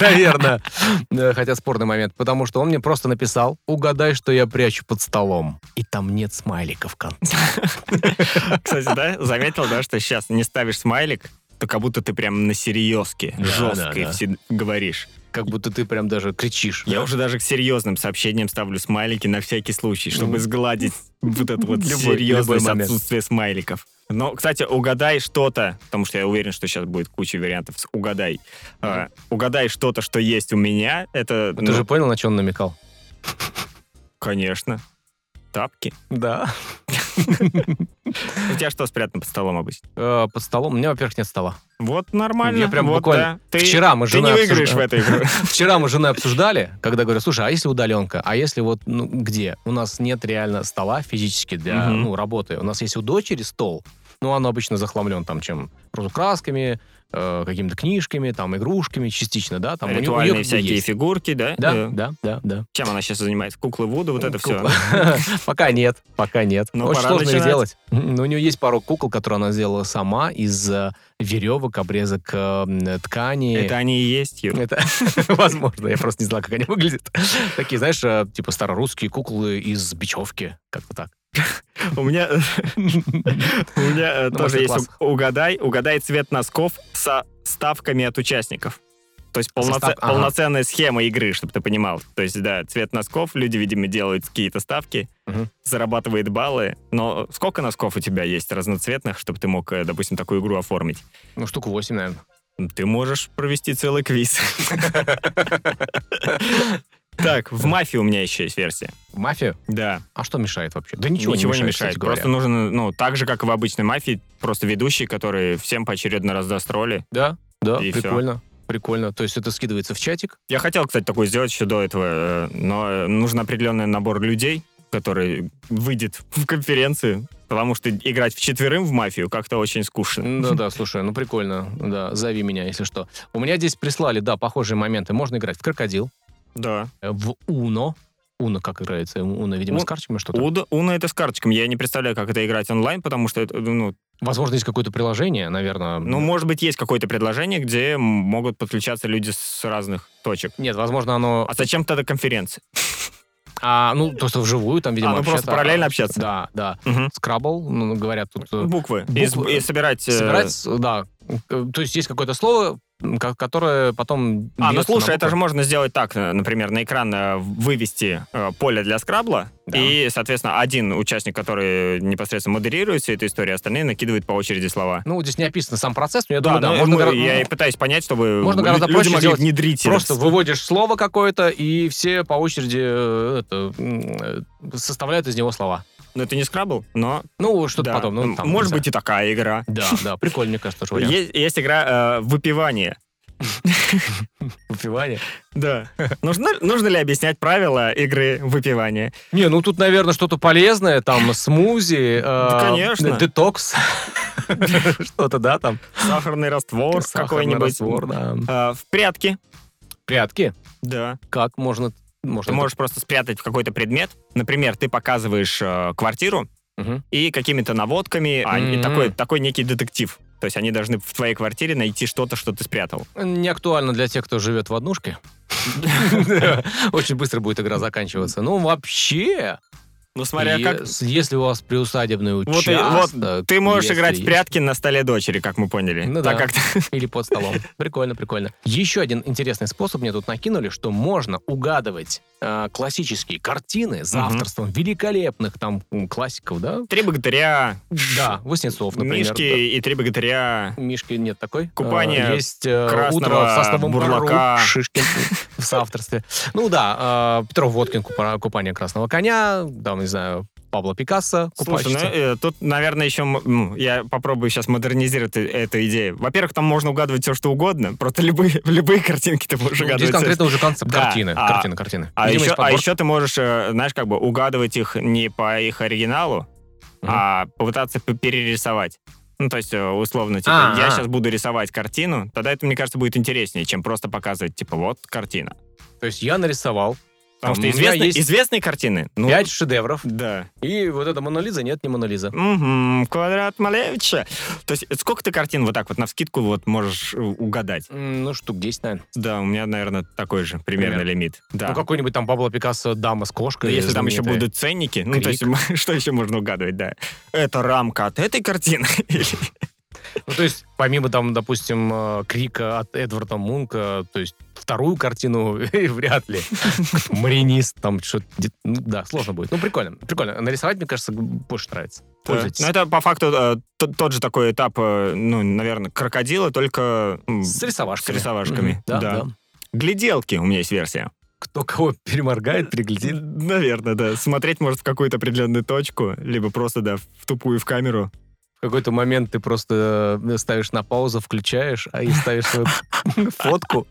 S2: наверное, э, хотя спорный момент, потому что он мне просто написал, угадай, что я прячу под столом. И там нет смайлика в конце.
S1: Кстати, да, заметил, да, что сейчас не ставишь смайлик, то как будто ты прям на серьезке,
S2: Да,
S1: жестко
S2: да, да.
S1: всед- говоришь.
S2: Как будто ты прям даже кричишь.
S1: Я
S2: да?
S1: уже даже к серьезным сообщениям ставлю смайлики на всякий случай, чтобы
S2: Мгм.
S1: сгладить вот это вот
S2: Любой- любой
S1: серьезное
S2: момент.
S1: отсутствие смайликов. Но, кстати, угадай что-то, потому что я уверен, что сейчас будет куча вариантов. с Угадай. А, угадай что-то, что есть у меня. Это,
S2: Ты
S1: ну,
S2: же понял, на что он намекал?
S1: конечно, тапки.
S2: Да.
S1: У тебя что спрятано под столом обычно?
S2: Э, Под столом. У меня, во-первых, нет стола.
S1: Вот нормально.
S2: Я прям
S1: вот,
S2: буквально
S1: да. Ты,
S2: вчера мы с
S1: ты не
S2: женой
S1: выиграешь в
S2: обсуждали.
S1: эту игру.
S2: Вчера мы с женой обсуждали, когда говорю, слушай, а если удаленка? А если вот, ну, где? У нас нет реально стола физически для,
S1: Мгм.
S2: ну, работы. У нас есть у дочери стол, но он обычно захламлен там чем? Просто красками, э, какими-то книжками, там, игрушками частично, да? Там у неё- у неё
S1: Ритуальные
S2: как бы
S1: всякие
S2: есть.
S1: фигурки, да?
S2: Да, Э,
S1: Э,
S2: да, да, да.
S1: Чем она сейчас занимается? Куклы Вуду, вот это все.
S2: Кукла. Пока нет, пока нет.
S1: Но
S2: Очень
S1: пора
S2: сложно их
S1: начинать.
S2: делать. Мгм. Но у нее есть пару кукол, которые она сделала сама из э, веревок, обрезок э, м, ткани.
S1: Это они и есть, Юр.
S2: Это возможно, я просто не знал, как они выглядят. Такие, знаешь, э, типа старорусские куклы из бечевки, как-то так.
S1: У меня, у меня э,
S2: Ну,
S1: тоже есть
S2: мастер-класс.
S1: у- угадай, угадай цвет носков со ставками от участников. То есть полноце-
S2: Состав, ага.
S1: полноценная схема игры, чтобы ты понимал. То есть, да, цвет носков, люди, видимо, делают какие-то ставки,
S2: Мгм.
S1: зарабатывают баллы. Но сколько носков у тебя есть разноцветных, чтобы ты мог, э, допустим, такую игру оформить?
S2: Ну, штук 8, наверное.
S1: Ты можешь провести целый квиз. Так, в мафии у меня еще есть версия.
S2: Мафия?
S1: Да.
S2: А что мешает вообще? Да ничего, не мешает, кстати
S1: Просто
S2: говоря.
S1: нужен, ну, так же, как и в обычной мафии, просто ведущий, который всем поочередно раздаст роли.
S2: Да, да,
S1: И всё.
S2: прикольно. Прикольно. То есть это скидывается в чатик.
S1: Я хотел, кстати, такое сделать еще до этого, э, но э, нужен определенный набор людей, который выйдет в конференцию, потому что играть вчетверым в мафию как-то очень скучно.
S2: Да, да, слушай, ну прикольно. Да, зови меня, если что. У меня здесь прислали, да, похожие моменты. Можно играть в крокодил,
S1: Да.
S2: э, в уно. Уно как играется? Уно, видимо,
S1: У-
S2: с карточками что-то.
S1: Уда, Уна это с карточками. Я не представляю, как это играть онлайн, потому что, это, ну,
S2: Возможно, есть какое-то приложение, наверное.
S1: ну, может быть, есть какое-то предложение, где м, могут подключаться люди с разных точек.
S2: Нет, возможно, оно...
S1: А зачем тогда конференция?
S2: А, ну, то, что вживую там, видимо,
S1: А, ну, просто
S2: общаться.
S1: параллельно общаться.
S2: Да, да.
S1: Мгм.
S2: Скрабл, ну, говорят, тут э,
S1: Буквы. И с-
S2: буквы.
S1: И, собирать... э,
S2: собирать, да. Э, То есть есть какое-то слово, м, ко- которое потом...
S1: А, ну
S2: бьётся
S1: слушай,
S2: на
S1: это же
S2: буквы.
S1: можно сделать так, э, например, на экран э, вывести э, поле для скрабла,
S2: Да.
S1: и, соответственно, один участник, который непосредственно модерирует всю эту историю, остальные накидывают по очереди слова. Ну
S2: Ну, здесь не описан сам процесс, но я
S1: Да,
S2: думаю, да,
S1: но
S2: можно
S1: мы-
S2: гора- ну,
S1: я и пытаюсь понять, чтобы
S2: Можно
S1: лю-
S2: гораздо
S1: люди
S2: проще
S1: могли
S2: сделать.
S1: внедрить это.
S2: Просто выводишь слово какое-то, и все по очереди э, это, м, э, составляют из него слова.
S1: Ну, это не скрабл, но...
S2: Ну, что-то
S1: да.
S2: потом. Ну,
S1: М,
S2: там,
S1: Может
S2: не
S1: быть, и такая игра.
S2: знаю. Да, да, прикольно, мне кажется, тоже вариант.
S1: Есть, есть игра э, «Выпивание».
S2: Выпивание.
S1: Да. Нужно, нужно ли объяснять правила игры «Выпивание»?
S2: Не, ну тут, наверное, что-то полезное, там, смузи, э,
S1: конечно.
S2: детокс, что-то, да, там.
S1: Сахарный раствор
S2: Сахарный
S1: какой-нибудь.
S2: раствор, да.
S1: Э, в прятки.
S2: Прятки.
S1: Да.
S2: Как можно... можно
S1: Ты можешь просто спрятать какой-то предмет. Например, ты показываешь э, квартиру
S2: это- Мгм.
S1: и какими-то наводками, а, и
S2: Мгм.
S1: такой, такой некий детектив. То есть они должны в твоей квартире найти что-то, что ты спрятал.
S2: Не актуально для тех, кто живет в однушке. Очень быстро будет игра заканчиваться. Ну, вообще,
S1: Ну, смотря
S2: е-
S1: как...
S2: с- если у вас приусадебный
S1: Вот, и-
S2: участок...
S1: вот ты можешь
S2: если
S1: играть в
S2: есть-
S1: прятки на столе дочери, как мы поняли.
S2: Ну
S1: так
S2: да.
S1: как
S2: Или под столом. Прикольно, прикольно. Еще один интересный способ мне тут накинули, что можно угадывать э, классические картины за
S1: Мгм.
S2: авторством великолепных там м, классиков, да?
S1: Три богатыря,
S2: Да, Воснецов, например.
S1: Мишки и три богатыря.
S2: да. Мишки нет такой.
S1: Купание
S2: Э, Есть э,
S1: красного
S2: утро в сосновом
S1: бурлака.
S2: бурлака. Шишкин в соавторстве. Ну да, э, Петров Водкин, купа- купание красного коня, там, не знаю, Пабло Пикассо,
S1: Слушай, ну,
S2: купальщица.
S1: э, тут, наверное, еще м- ну, я попробую сейчас модернизировать э- эту идею. Во-первых, там можно угадывать все, что угодно. Просто любые, любые картинки ты можешь
S2: Ну,
S1: угадывать.
S2: Здесь
S1: всё,
S2: конкретно уже концепт
S1: Да,
S2: картины.
S1: а-
S2: Картины, картины.
S1: А
S2: Видимо,
S1: еще,
S2: есть
S1: а
S2: подборка.
S1: еще ты можешь, э, знаешь, как бы угадывать их не по их оригиналу,
S2: Мгм.
S1: а попытаться п- перерисовать. Ну, то есть, э, условно, типа,
S2: А,
S1: я
S2: а.
S1: сейчас буду рисовать картину, тогда это, мне кажется, будет интереснее, чем просто показывать, типа, вот картина.
S2: То есть я нарисовал
S1: Потому что
S2: Там у меня
S1: известные,
S2: есть
S1: известные картины. Ну,
S2: пять шедевров,
S1: Да.
S2: И вот эта Монолиза, нет, не Монолиза.
S1: Мгм, квадрат Малевича. То есть, сколько ты картин вот так вот на вскидку вот можешь э, угадать?
S2: М, Ну, штук 10, наверное.
S1: Да, у меня, наверное, такой же примерно
S2: Примерно.
S1: лимит. Да. Ну,
S2: Ну, какой-нибудь там Пабло Пикассо, дама с кошкой.
S1: Если там еще
S2: знаменитая.
S1: будут ценники, ну, то есть, что еще можно угадывать, да. Это рамка от этой картины?
S2: Ну, то есть, помимо там, допустим, э, крика от Эдварда Мунка, то есть, вторую картину вряд ли. Маринист, там что-то... где- ну, да, сложно будет. Ну, прикольно. Прикольно. Нарисовать, мне кажется, больше нравится. Пользуйтесь.
S1: Ну, это по факту э, т- тот же такой этап, э, ну, наверное, крокодила, только м,
S2: С рисовашками.
S1: С рисовашками,
S2: Мгм. Да,
S1: да.
S2: да.
S1: гляделки у меня есть версия.
S2: Кто кого переморгает, переглядит.
S1: Наверное, да. Смотреть может в какую-то определенную точку, либо просто, да, в тупую в камеру.
S2: В какой-то момент ты просто э, ставишь на паузу, включаешь, а и ставишь свою фотку.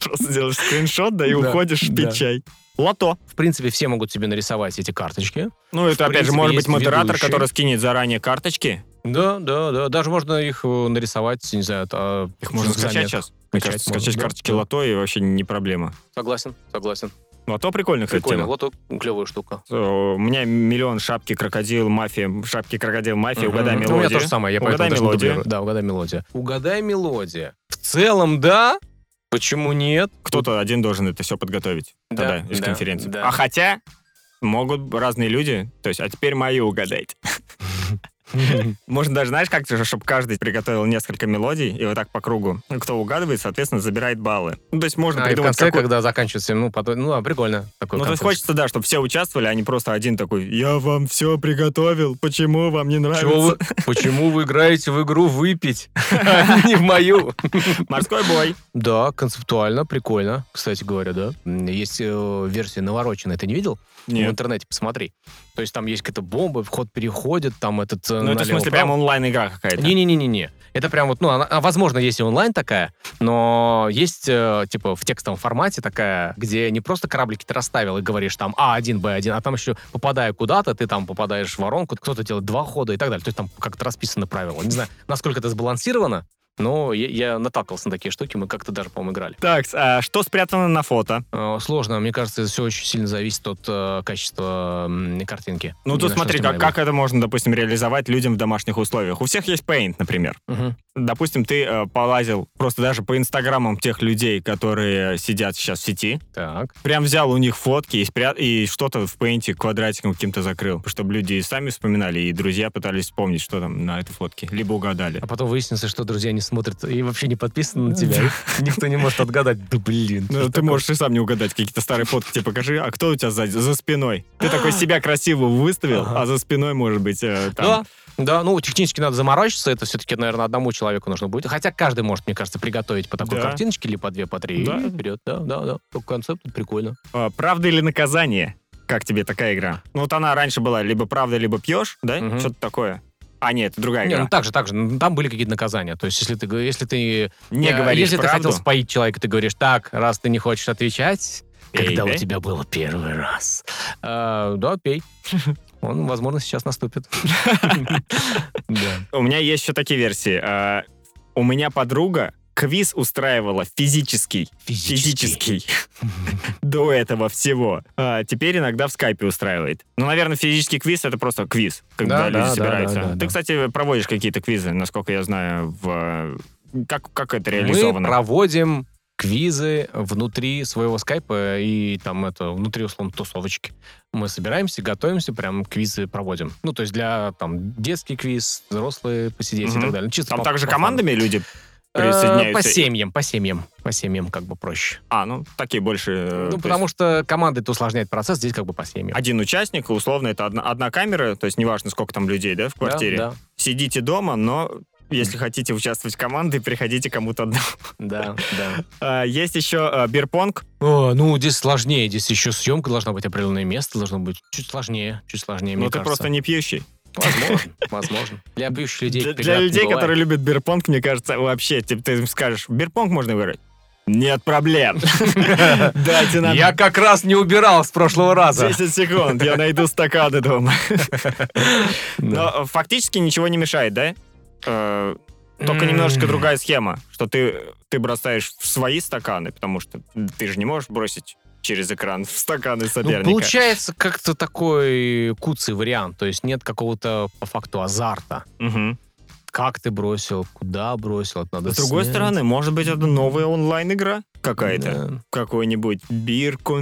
S1: Просто делаешь скриншот, да, и
S2: Да,
S1: уходишь
S2: да.
S1: пить чай. Лото.
S2: В принципе, все могут тебе нарисовать эти карточки.
S1: Ну, это, опять же,
S2: принципе,
S1: может быть
S2: есть
S1: модератор,
S2: ведущий.
S1: который скинет заранее карточки.
S2: Да, да, да. Даже можно их э, нарисовать, не знаю, а,
S1: Их можно
S2: в заметках.
S1: скачать сейчас. Мне
S2: Качать
S1: кажется,
S2: можно,
S1: скачать
S2: да,
S1: карточки
S2: да.
S1: лото и вообще не проблема.
S2: Согласен, согласен.
S1: Лото прикольно, кстати,
S2: Прикольно.
S1: тема.
S2: Вот э, клевая штука.
S1: Э, У меня миллион шапки крокодил, мафия, шапки крокодил, мафия, угадай
S2: Мгм. Ну, У меня
S1: мелодию.
S2: то же самое. Я
S1: Угадай
S2: поэтому даже не
S1: мелодию.
S2: дублирую. Да, угадай мелодия. Угадай мелодия. В целом, да. Почему нет?
S1: Кто-то один должен это все подготовить
S2: Да,
S1: тогда из
S2: да,
S1: конференции.
S2: да.
S1: А хотя могут разные люди, то есть, а теперь мою угадайте. Можно даже, знаешь, как чтобы каждый приготовил несколько мелодий, и вот так по кругу. Ну, Кто угадывает, соответственно, забирает баллы. Ну, то есть можно
S2: А, и в
S1: придумать,
S2: конце,
S1: какой...
S2: когда заканчивается, ну, потом, ну, а, прикольно. Такой
S1: Ну, то есть
S2: концепт.
S1: хочется, да, чтобы все участвовали, а не просто один такой, я вам все приготовил, почему вам не нравится?
S2: Чего вы- почему вы играете в игру выпить, а не в мою?
S1: Морской бой.
S2: Да, концептуально, прикольно, кстати говоря, да. М, Есть э, версия навороченная, ты не видел? В
S1: Нет.
S2: интернете посмотри. То есть там есть какая-то бомба, вход переходит, там этот... э,
S1: Ну, это в смысле прям онлайн-игра какая-то.
S2: Не-не-не-не. Это прям вот, ну, она, а, возможно, есть и онлайн такая, но есть, э, типа, в текстовом формате такая, где не просто кораблики ты расставил и говоришь там А1, Б1, а там еще попадая куда-то, ты там попадаешь в воронку, кто-то делает два хода и так далее. То есть там как-то расписаны правила. Не знаю, насколько это сбалансировано, но я, я наталкивался на такие штуки, мы как-то даже, по-моему, играли.
S1: Так, а что спрятано на фото?
S2: Э, Сложно, мне кажется, все очень сильно зависит от э, качества м, картинки.
S1: Ну,
S2: Не
S1: тут
S2: на
S1: смотри,
S2: что
S1: как,
S2: снимаю
S1: как это можно, допустим, реализовать людям в домашних условиях. У всех есть Paint, например.
S2: его. Мгм.
S1: Допустим, ты э, полазил просто даже по инстаграмам тех людей, которые э, сидят сейчас в сети,
S2: Так.
S1: прям взял у них фотки и, спря- и что-то в Paint квадратиком каким-то закрыл, чтобы люди и сами вспоминали, и друзья пытались вспомнить, что там на этой фотке, либо угадали.
S2: А потом выяснится, что друзья не смотрят и вообще не подписаны на тебя. И Никто не может отгадать. Да блин.
S1: Ну, ты можешь и сам не угадать какие-то старые фотки, тебе покажи, а кто у тебя сзади, за спиной? Ты такой себя красиво выставил,
S2: Ага.
S1: а за спиной, может быть, э, там...
S2: Да, да, ну технически надо заморочиться, это все-таки, наверное, одному человеку нужно будет. Хотя каждый может, мне кажется, приготовить по такой
S1: Да.
S2: картиночке или по две, по три.
S1: Да.
S2: И вперед, да, да, да. Такой концепт прикольно.
S1: А, Правда или наказание? Как тебе такая игра? Ну вот она раньше была либо правда, либо пьешь, да?
S2: Мгм.
S1: Что-то такое. А нет, это другая
S2: Не,
S1: игра.
S2: ну так же, так же. Ну, Там были какие-то наказания. То есть, если ты, г- если ты
S1: Не
S2: э,
S1: говоришь
S2: если ты
S1: правду.
S2: хотел споить человека, ты говоришь, так, раз ты не хочешь отвечать,
S1: Пей, А,
S2: когда
S1: да?
S2: у тебя было первый раз, э, да, пей. Он, возможно, сейчас наступит. Да.
S1: У меня есть еще такие версии. А, У меня подруга квиз устраивала физический. Физический. до этого всего. А, теперь иногда в скайпе устраивает. Ну, наверное, физический квиз — это просто квиз, когда
S2: Да,
S1: люди
S2: да, да,
S1: собираются.
S2: да, да,
S1: Ты,
S2: да.
S1: кстати, проводишь какие-то квизы, насколько я знаю, в... э, Как, как это
S2: Мы
S1: реализовано?
S2: проводим квизы внутри своего скайпа и там это внутри условно тусовочки. Мы собираемся, готовимся, прям квизы проводим. Ну, то есть для там детский квиз, взрослые посидеть и
S1: Мгм.
S2: так далее. Чисто
S1: Там
S2: по-
S1: также
S2: по фану.
S1: командами люди
S2: Э,
S1: присоединяются?
S2: По семьям, по семьям. По семьям как бы проще.
S1: А, ну, такие больше... э, то
S2: Ну,
S1: есть А
S2: потому что команда это усложняет процесс, здесь как бы по семьям.
S1: Один участник, условно, это одна, одна камера, то есть неважно, сколько там людей, да, в
S2: Да,
S1: квартире.
S2: Да,
S1: Сидите дома, но если хотите участвовать командой, приходите кому-то одному.
S2: да, да.
S1: А, Есть еще э, бирпонг.
S2: О, ну, здесь сложнее, здесь еще съемка должна быть, определенное место должно быть чуть сложнее, чуть сложнее,
S1: Но
S2: мне
S1: ты
S2: кажется.
S1: Ну, просто не пьющий.
S2: Возможно, возможно. Для пьющих людей
S1: Для,
S2: переград
S1: для
S2: не
S1: людей,
S2: бывает.
S1: которые любят бирпонг, мне кажется, вообще, типа, ты им скажешь, бирпонг можно играть? Нет проблем. Дайте нам
S2: Я как раз не убирал с прошлого раза.
S1: 10 секунд, я найду стаканы дома.
S2: Да.
S1: Но э, фактически ничего не мешает, да? Э, Только немножечко
S2: М.
S1: другая схема, что ты, ты бросаешь в свои стаканы, потому что ты же не можешь бросить через экран в стаканы
S2: Ну,
S1: соперника.
S2: получается как-то такой куцый вариант, то есть нет какого-то по факту азарта.
S1: Мгм.
S2: Как ты бросил, куда бросил, это надо
S1: С другой
S2: снять.
S1: стороны, может быть, это новая онлайн-игра какая-то.
S2: Да.
S1: Какой-нибудь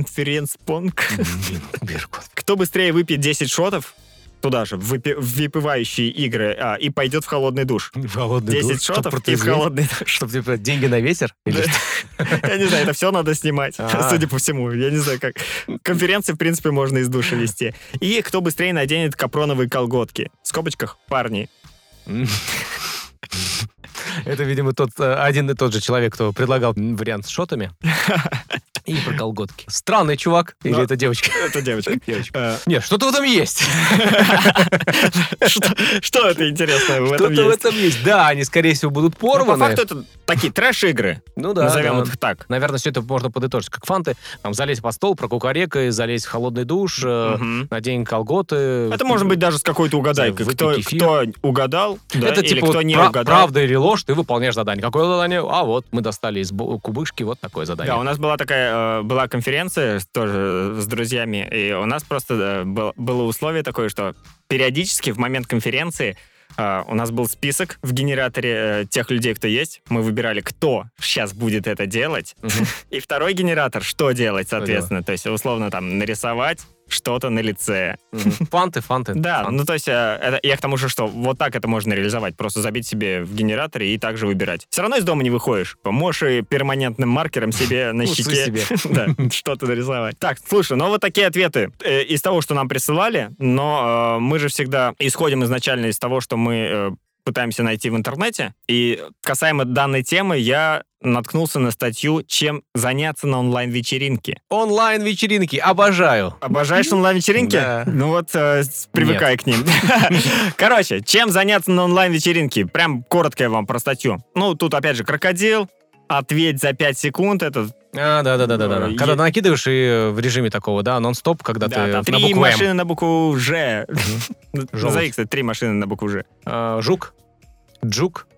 S1: бир-конференц-понг.
S2: Блин, Биркот.
S1: Кто быстрее выпьет 10 шотов, туда же, в выпи- в выпивающие игры, а, и пойдет в холодный душ.
S2: В холодный
S1: 10
S2: душ, чтоб
S1: шотов и в
S2: протрезвить.
S1: холодный душ.
S2: Чтоб, типа, деньги на ветер? Или что?
S1: Я не знаю, это все надо снимать,
S2: А.
S1: судя по всему. Я не знаю, как. Конференции, в принципе, можно из душа вести. И кто быстрее наденет капроновые колготки. В скобочках парни.
S2: Это, видимо, тот э, один и тот же человек, кто предлагал м, вариант с шотами. И про колготки. Странный чувак. Или
S1: Но-
S2: это девочка?
S1: Это девочка. Э,
S2: Нет, что-то в этом есть.
S1: Что что это интересное в этом
S2: Что-то в
S1: есть?
S2: этом есть. Да, они, скорее всего, будут
S1: Ну, По
S2: порваны.
S1: факту это такие трэш-игры,
S2: Ну да.
S1: назовем
S2: да.
S1: их так.
S2: Наверное, все это можно подытожить. Как фанты, там, залезть под стол, прокукарекой, залезть в холодный душ, э,
S1: Мгм.
S2: надень колготы.
S1: Это может быть даже с какой-то угадайкой.
S2: Выпей
S1: Кто,
S2: кефир.
S1: кто угадал, да,
S2: это
S1: или
S2: типа
S1: кто
S2: вот
S1: не
S2: пра-
S1: угадал.
S2: правда или ложь, ты выполняешь задание. Какое задание? А вот, мы достали из бу- кубышки вот такое задание.
S1: Да, у нас была такая э, была конференция тоже э, с друзьями, и у нас просто э, был- было условие такое, что периодически в момент конференции э, у нас был список в генераторе э, тех людей, кто есть. Мы выбирали, кто сейчас будет это делать,
S2: Мгм.
S1: и второй генератор, что делать,
S2: делать.
S1: соответственно. То есть, условно, там, нарисовать что-то на лице.
S2: Мгм. Фанты, фанты.
S1: Да,
S2: фанты.
S1: ну то есть э, это- я к тому же, что вот так это можно реализовать. Просто забить себе в генераторе и также выбирать. Все равно из дома не выходишь. Можешь и перманентным маркером себе на
S2: Усы
S1: щеке
S2: себе.
S1: да, что-то нарисовать. Так, слушай, ну вот такие ответы э, из того, что нам присылали, но э, мы же всегда исходим изначально из того, что мы э, пытаемся найти в интернете. И касаемо данной темы, я наткнулся на статью «Чем заняться на онлайн-вечеринке».
S2: Онлайн-вечеринки, обожаю.
S1: Обожаешь онлайн-вечеринки?
S2: Да.
S1: Ну вот, э, с- привыкай к ним. Короче, чем заняться на онлайн-вечеринке? Прям коротко я вам про статью. Ну, тут опять же крокодил, ответь за 5 секунд, это
S2: А, да, да, да, да,
S1: Э,
S2: да.
S1: е-
S2: Когда накидываешь и э, в режиме такого, да, нон-стоп, когда
S1: Да, там
S2: ты на
S1: три
S2: букву
S1: машины на букву Ж. Назови,
S2: Желудь.
S1: кстати, три машины на букву Ж.
S2: М. А, жук, джук.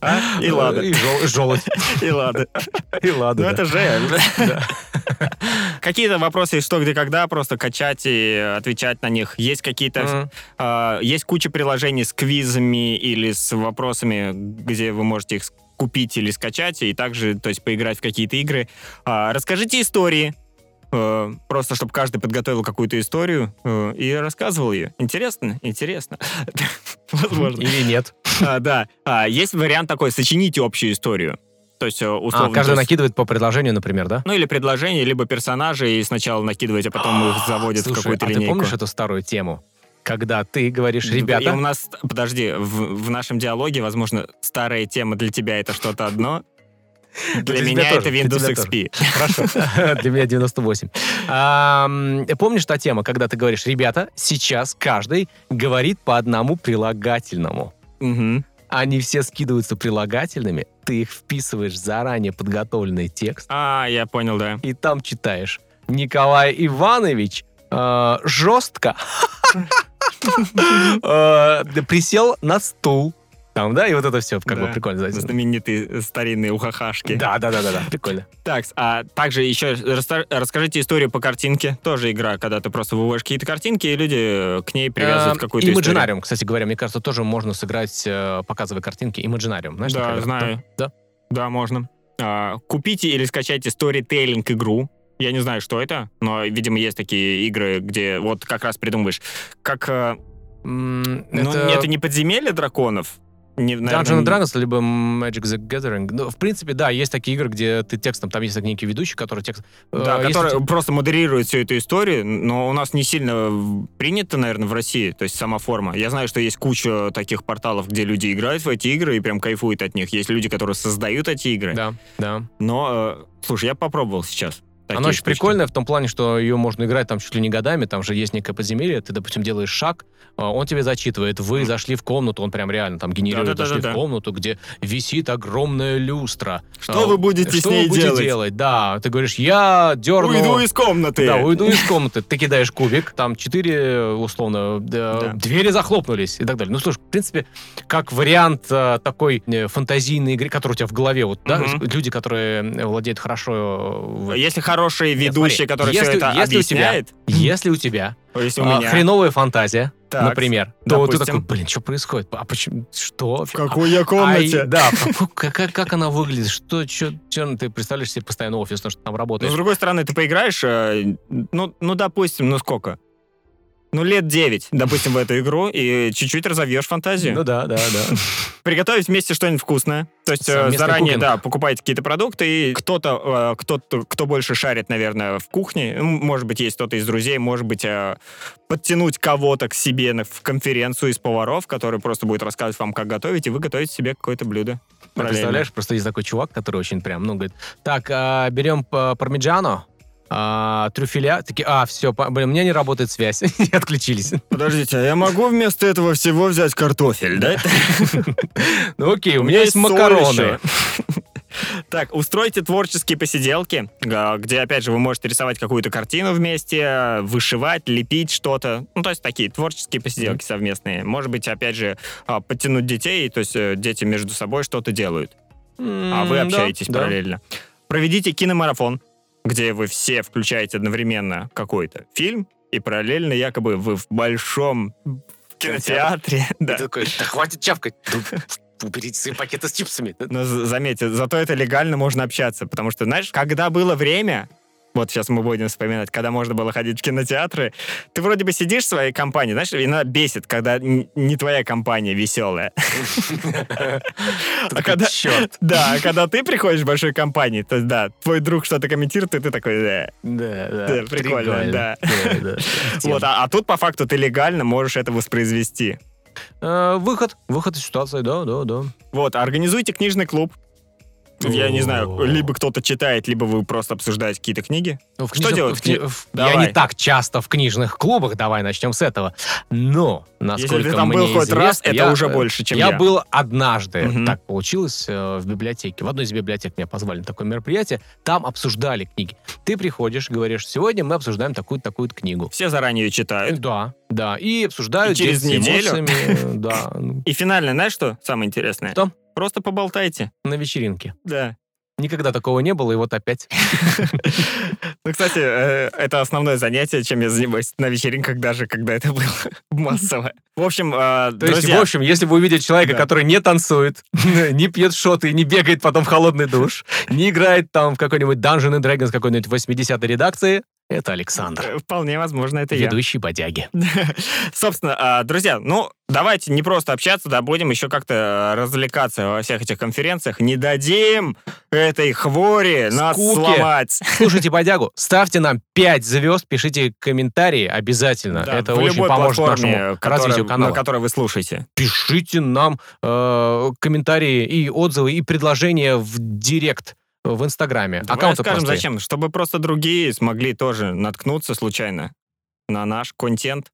S1: А? И ладно,
S2: И жел- и желудь.
S1: и ладно.
S2: И
S1: Ну
S2: ладно. да.
S1: это Ж. Какие-то вопросы из что, где, когда, просто качать и э, отвечать на них. Есть какие-то...
S2: Мгм.
S1: э, Есть куча приложений с квизами или с вопросами, где вы можете их с- купить или скачать, и также, то есть, поиграть в какие-то игры. А, Расскажите истории. Э, Просто, чтобы каждый подготовил какую-то историю э, и рассказывал ее. Интересно? Интересно. Возможно.
S2: Или нет.
S1: А, да. А, есть вариант такой, сочините общую историю. То есть, э,
S2: А,
S1: условно...
S2: каждый
S1: то есть-
S2: накидывает по предложению, например, да?
S1: Ну, или предложение, либо персонажи, и сначала накидывать, а потом их заводят в
S2: Слушай,
S1: какую-то
S2: а ты
S1: линейку.
S2: помнишь эту старую тему? Когда ты говоришь,
S1: И у
S2: ребята,
S1: нас, подожди, в, в нашем диалоге, возможно, старая тема для тебя это что-то одно, для
S2: тебя
S1: меня
S2: тоже,
S1: это
S2: для
S1: Windows
S2: тебя тоже.
S1: XP.
S2: хорошо, для меня 98. Ам, Помнишь та тема, когда ты говоришь, ребята, сейчас каждый говорит по одному прилагательному.
S1: Мгм.
S2: Они все скидываются прилагательными, ты их вписываешь в заранее подготовленный текст
S1: А, я понял, да.
S2: и там читаешь. Николай Иванович э, жестко э, да присел на стул там, да, и вот это все как
S1: Да.
S2: бы прикольно. знаете.
S1: Знаменитые э, старинные ухахашки.
S2: Да, да, да, да, да, прикольно.
S1: Так, а также еще раста- расскажите историю по картинке. Тоже игра, когда ты просто выводишь какие-то картинки, и люди э, к ней привязывают
S2: Эм,
S1: какую-то историю.
S2: Imaginarium, кстати говоря, мне кажется, тоже можно сыграть, э, показывая картинки. Imaginarium, знаешь?
S1: Да,
S2: такая игра?
S1: знаю.
S2: Да.
S1: Да, можно. А, купите или скачайте Storytelling игру. Я не знаю, что это, но, видимо, есть такие игры, где вот как раз придумываешь, как... э,
S2: М,
S1: ну,
S2: это-
S1: это не подземелье драконов? Не,
S2: Dungeon
S1: наверное,
S2: and Dragons, либо Magic the Gathering. Ну, в принципе, да, есть такие игры, где ты текстом, там есть некий ведущий, который текст...
S1: Да,
S2: Э, если
S1: который
S2: ты-
S1: просто модерирует всю эту историю, но у нас не сильно в- принято, наверное, в России, то есть сама форма. Я знаю, что есть куча таких порталов, где люди играют в эти игры и прям кайфуют от них. Есть люди, которые создают эти игры.
S2: Да, да.
S1: Но, э, слушай, я попробовал сейчас. такие
S2: Она очень
S1: штучки.
S2: прикольная в том плане, что ее можно играть там чуть ли не годами, там же есть некое подземелье, ты, допустим, делаешь шаг, а, он тебе зачитывает, вы зашли в комнату, он прям реально там генерирует,
S1: Да-да-да-да-да.
S2: зашли в комнату, где висит огромная люстра.
S1: Что
S2: А,
S1: вы будете
S2: что
S1: с ней
S2: вы будете
S1: делать?
S2: Да, ты говоришь, я дерну...
S1: Уйду из комнаты.
S2: Да, уйду из комнаты. Ты кидаешь кубик, там четыре, условно, э,
S1: Да.
S2: двери захлопнулись и так далее. Ну, слушай, в принципе, как вариант э, такой э, фантазийной игры, которая у тебя в голове, вот, да,
S1: Мгм.
S2: люди, которые владеют хорошо... э, в-
S1: Если хороший
S2: Нет,
S1: ведущий,
S2: смотри,
S1: который
S2: если-
S1: все это
S2: если у тебя-
S1: объясняет,
S2: Если у тебя
S1: О, если у
S2: а,
S1: меня,
S2: хреновая фантазия,
S1: так,
S2: например, то вот ты
S1: допустим.
S2: такой, блин, что происходит? А почему? Что?
S1: В какой я
S2: Ай,
S1: комнате?
S2: да, фу, как, как- как она выглядит? Что, чё, чё ну, ты представляешь себе постоянно офис, потому что там
S1: Но
S2: работаешь?
S1: Ну, с другой стороны, ты поиграешь, э, ну, ну, допустим, ну сколько? Ну, лет 9, допустим, в эту игру, и чуть-чуть разовьешь фантазию.
S2: ну да, да, да.
S1: Приготовить вместе что-нибудь вкусное. То есть э,
S2: Совместный
S1: заранее,
S2: кукинг.
S1: да, покупаете какие-то продукты, и кто-то, э, кто-то, кто больше шарит, наверное, в кухне, ну, может быть, есть кто-то из друзей, может быть, э, подтянуть кого-то к себе на- в конференцию из поваров, который просто будет рассказывать вам, как готовить, и вы готовите себе какое-то блюдо.
S2: Ну,
S1: параллельно.
S2: Представляешь, просто есть такой чувак, который очень прям, ну, говорит, так, а, берем па- пармиджано, а, трюфеля, такие, а, все, блин, у меня не работает связь, и отключились.
S1: Подождите, а я могу вместо этого всего взять картофель, да?
S2: Ну, окей, у меня есть макароны.
S1: Так, устройте творческие посиделки, а, где, опять же, вы можете рисовать какую-то картину вместе, вышивать, лепить что-то. Ну, то есть такие творческие посиделки совместные. Может быть, опять же, а, подтянуть детей, то есть э, дети между собой что-то делают, а вы общаетесь параллельно. Проведите киномарафон, где вы все включаете одновременно какой-то фильм, и параллельно якобы вы в большом кинотеатре. Да.
S2: такой, да хватит чавкать, уберите свои пакеты с чипсами.
S1: Но за- Ну, заметьте, зато это легально можно общаться, потому что, знаешь, когда было время, вот сейчас мы будем вспоминать, когда можно было ходить в кинотеатры, ты вроде бы сидишь в своей компании, знаешь, иногда бесит, когда н- не твоя компания веселая. А когда...
S2: Черт,
S1: Да, а когда ты приходишь в большой компании, то да, твой друг что-то комментирует, и ты такой, «Э».
S2: да, да,
S1: Да, прикольно, да.
S2: Да, да.
S1: вот, а, а тут по факту ты легально можешь это воспроизвести.
S2: Э, Выход, выход из ситуации, да, да, да.
S1: Вот, организуйте книжный клуб. Я не знаю,
S2: О.
S1: либо кто-то читает, либо вы просто обсуждаете какие-то книги.
S2: Ну, в
S1: Что делать
S2: в
S1: в
S2: кни-
S1: кни-
S2: в- Я
S1: Давай.
S2: не так часто в книжных клубах, давай начнем с этого. Но, насколько
S1: Если ты там
S2: мне
S1: был хоть раз,
S2: известно,
S1: это
S2: я,
S1: уже
S2: э,
S1: больше, чем
S2: я.
S1: я.
S2: был однажды,
S1: Мгм.
S2: так получилось, э, в библиотеке. В одной из библиотек меня позвали на такое мероприятие. Там обсуждали книги. Ты приходишь, говоришь, сегодня мы обсуждаем такую-такую книгу.
S1: Все заранее ее читают.
S2: Да, да. И обсуждают
S1: Э, И через
S2: дети с
S1: неделю?
S2: эмоциями, э, Да, ну,
S1: И финально, знаешь что самое интересное?
S2: Что?
S1: Просто поболтайте.
S2: на вечеринке.
S1: Да.
S2: Никогда такого не было, и вот опять.
S1: Ну, кстати, э, это основное занятие, чем я занимаюсь на вечеринках, даже когда это было массово. В общем, э,
S2: То есть,
S1: друзья,
S2: в общем, если вы увидите человека,
S1: Да.
S2: который не танцует, не пьет шоты, не бегает потом в холодный душ, не играет там в какой-нибудь Dungeon and Dragons какой-нибудь 80-й редакции, это Александр,
S1: э, вполне возможно, это я.
S2: ведущий бодяги.
S1: Собственно, э, друзья, ну, давайте не просто общаться, да, будем еще как-то э, развлекаться во всех этих конференциях. Не дадим этой хвори нас
S2: Скуки.
S1: сломать.
S2: Слушайте бодягу, ставьте нам 5 звезд, пишите комментарии обязательно.
S1: Да,
S2: это
S1: в
S2: очень
S1: любой
S2: поможет
S1: платформе,
S2: нашему
S1: которая-
S2: развитию
S1: на
S2: канала.
S1: которой вы слушаете.
S2: Пишите нам э, комментарии и отзывы, и предложения в директ э, в Инстаграме.
S1: Давай
S2: Аккаунты
S1: скажем,
S2: простые.
S1: зачем? Чтобы просто другие смогли тоже наткнуться случайно на наш контент.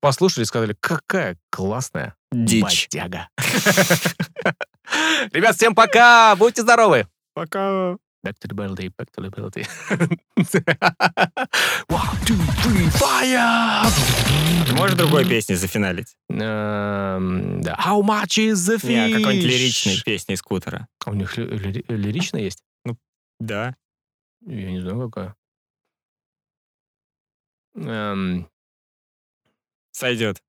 S2: Послушали, сказали, какая классная
S1: Дичь.
S2: Бодяга. Ребят, всем пока! Будьте здоровы!
S1: Пока.
S2: Back to the building, back to the building. One, two, three, fire!
S1: Можешь другой песни зафиналить?
S2: Эм, да. How much is the
S1: Не,
S2: fish?
S1: а какой-нибудь лиричной песни из скутера.
S2: А у них ли- ли- лиричная есть?
S1: Да.
S2: Я не знаю, какая. Эм,
S1: Сойдет.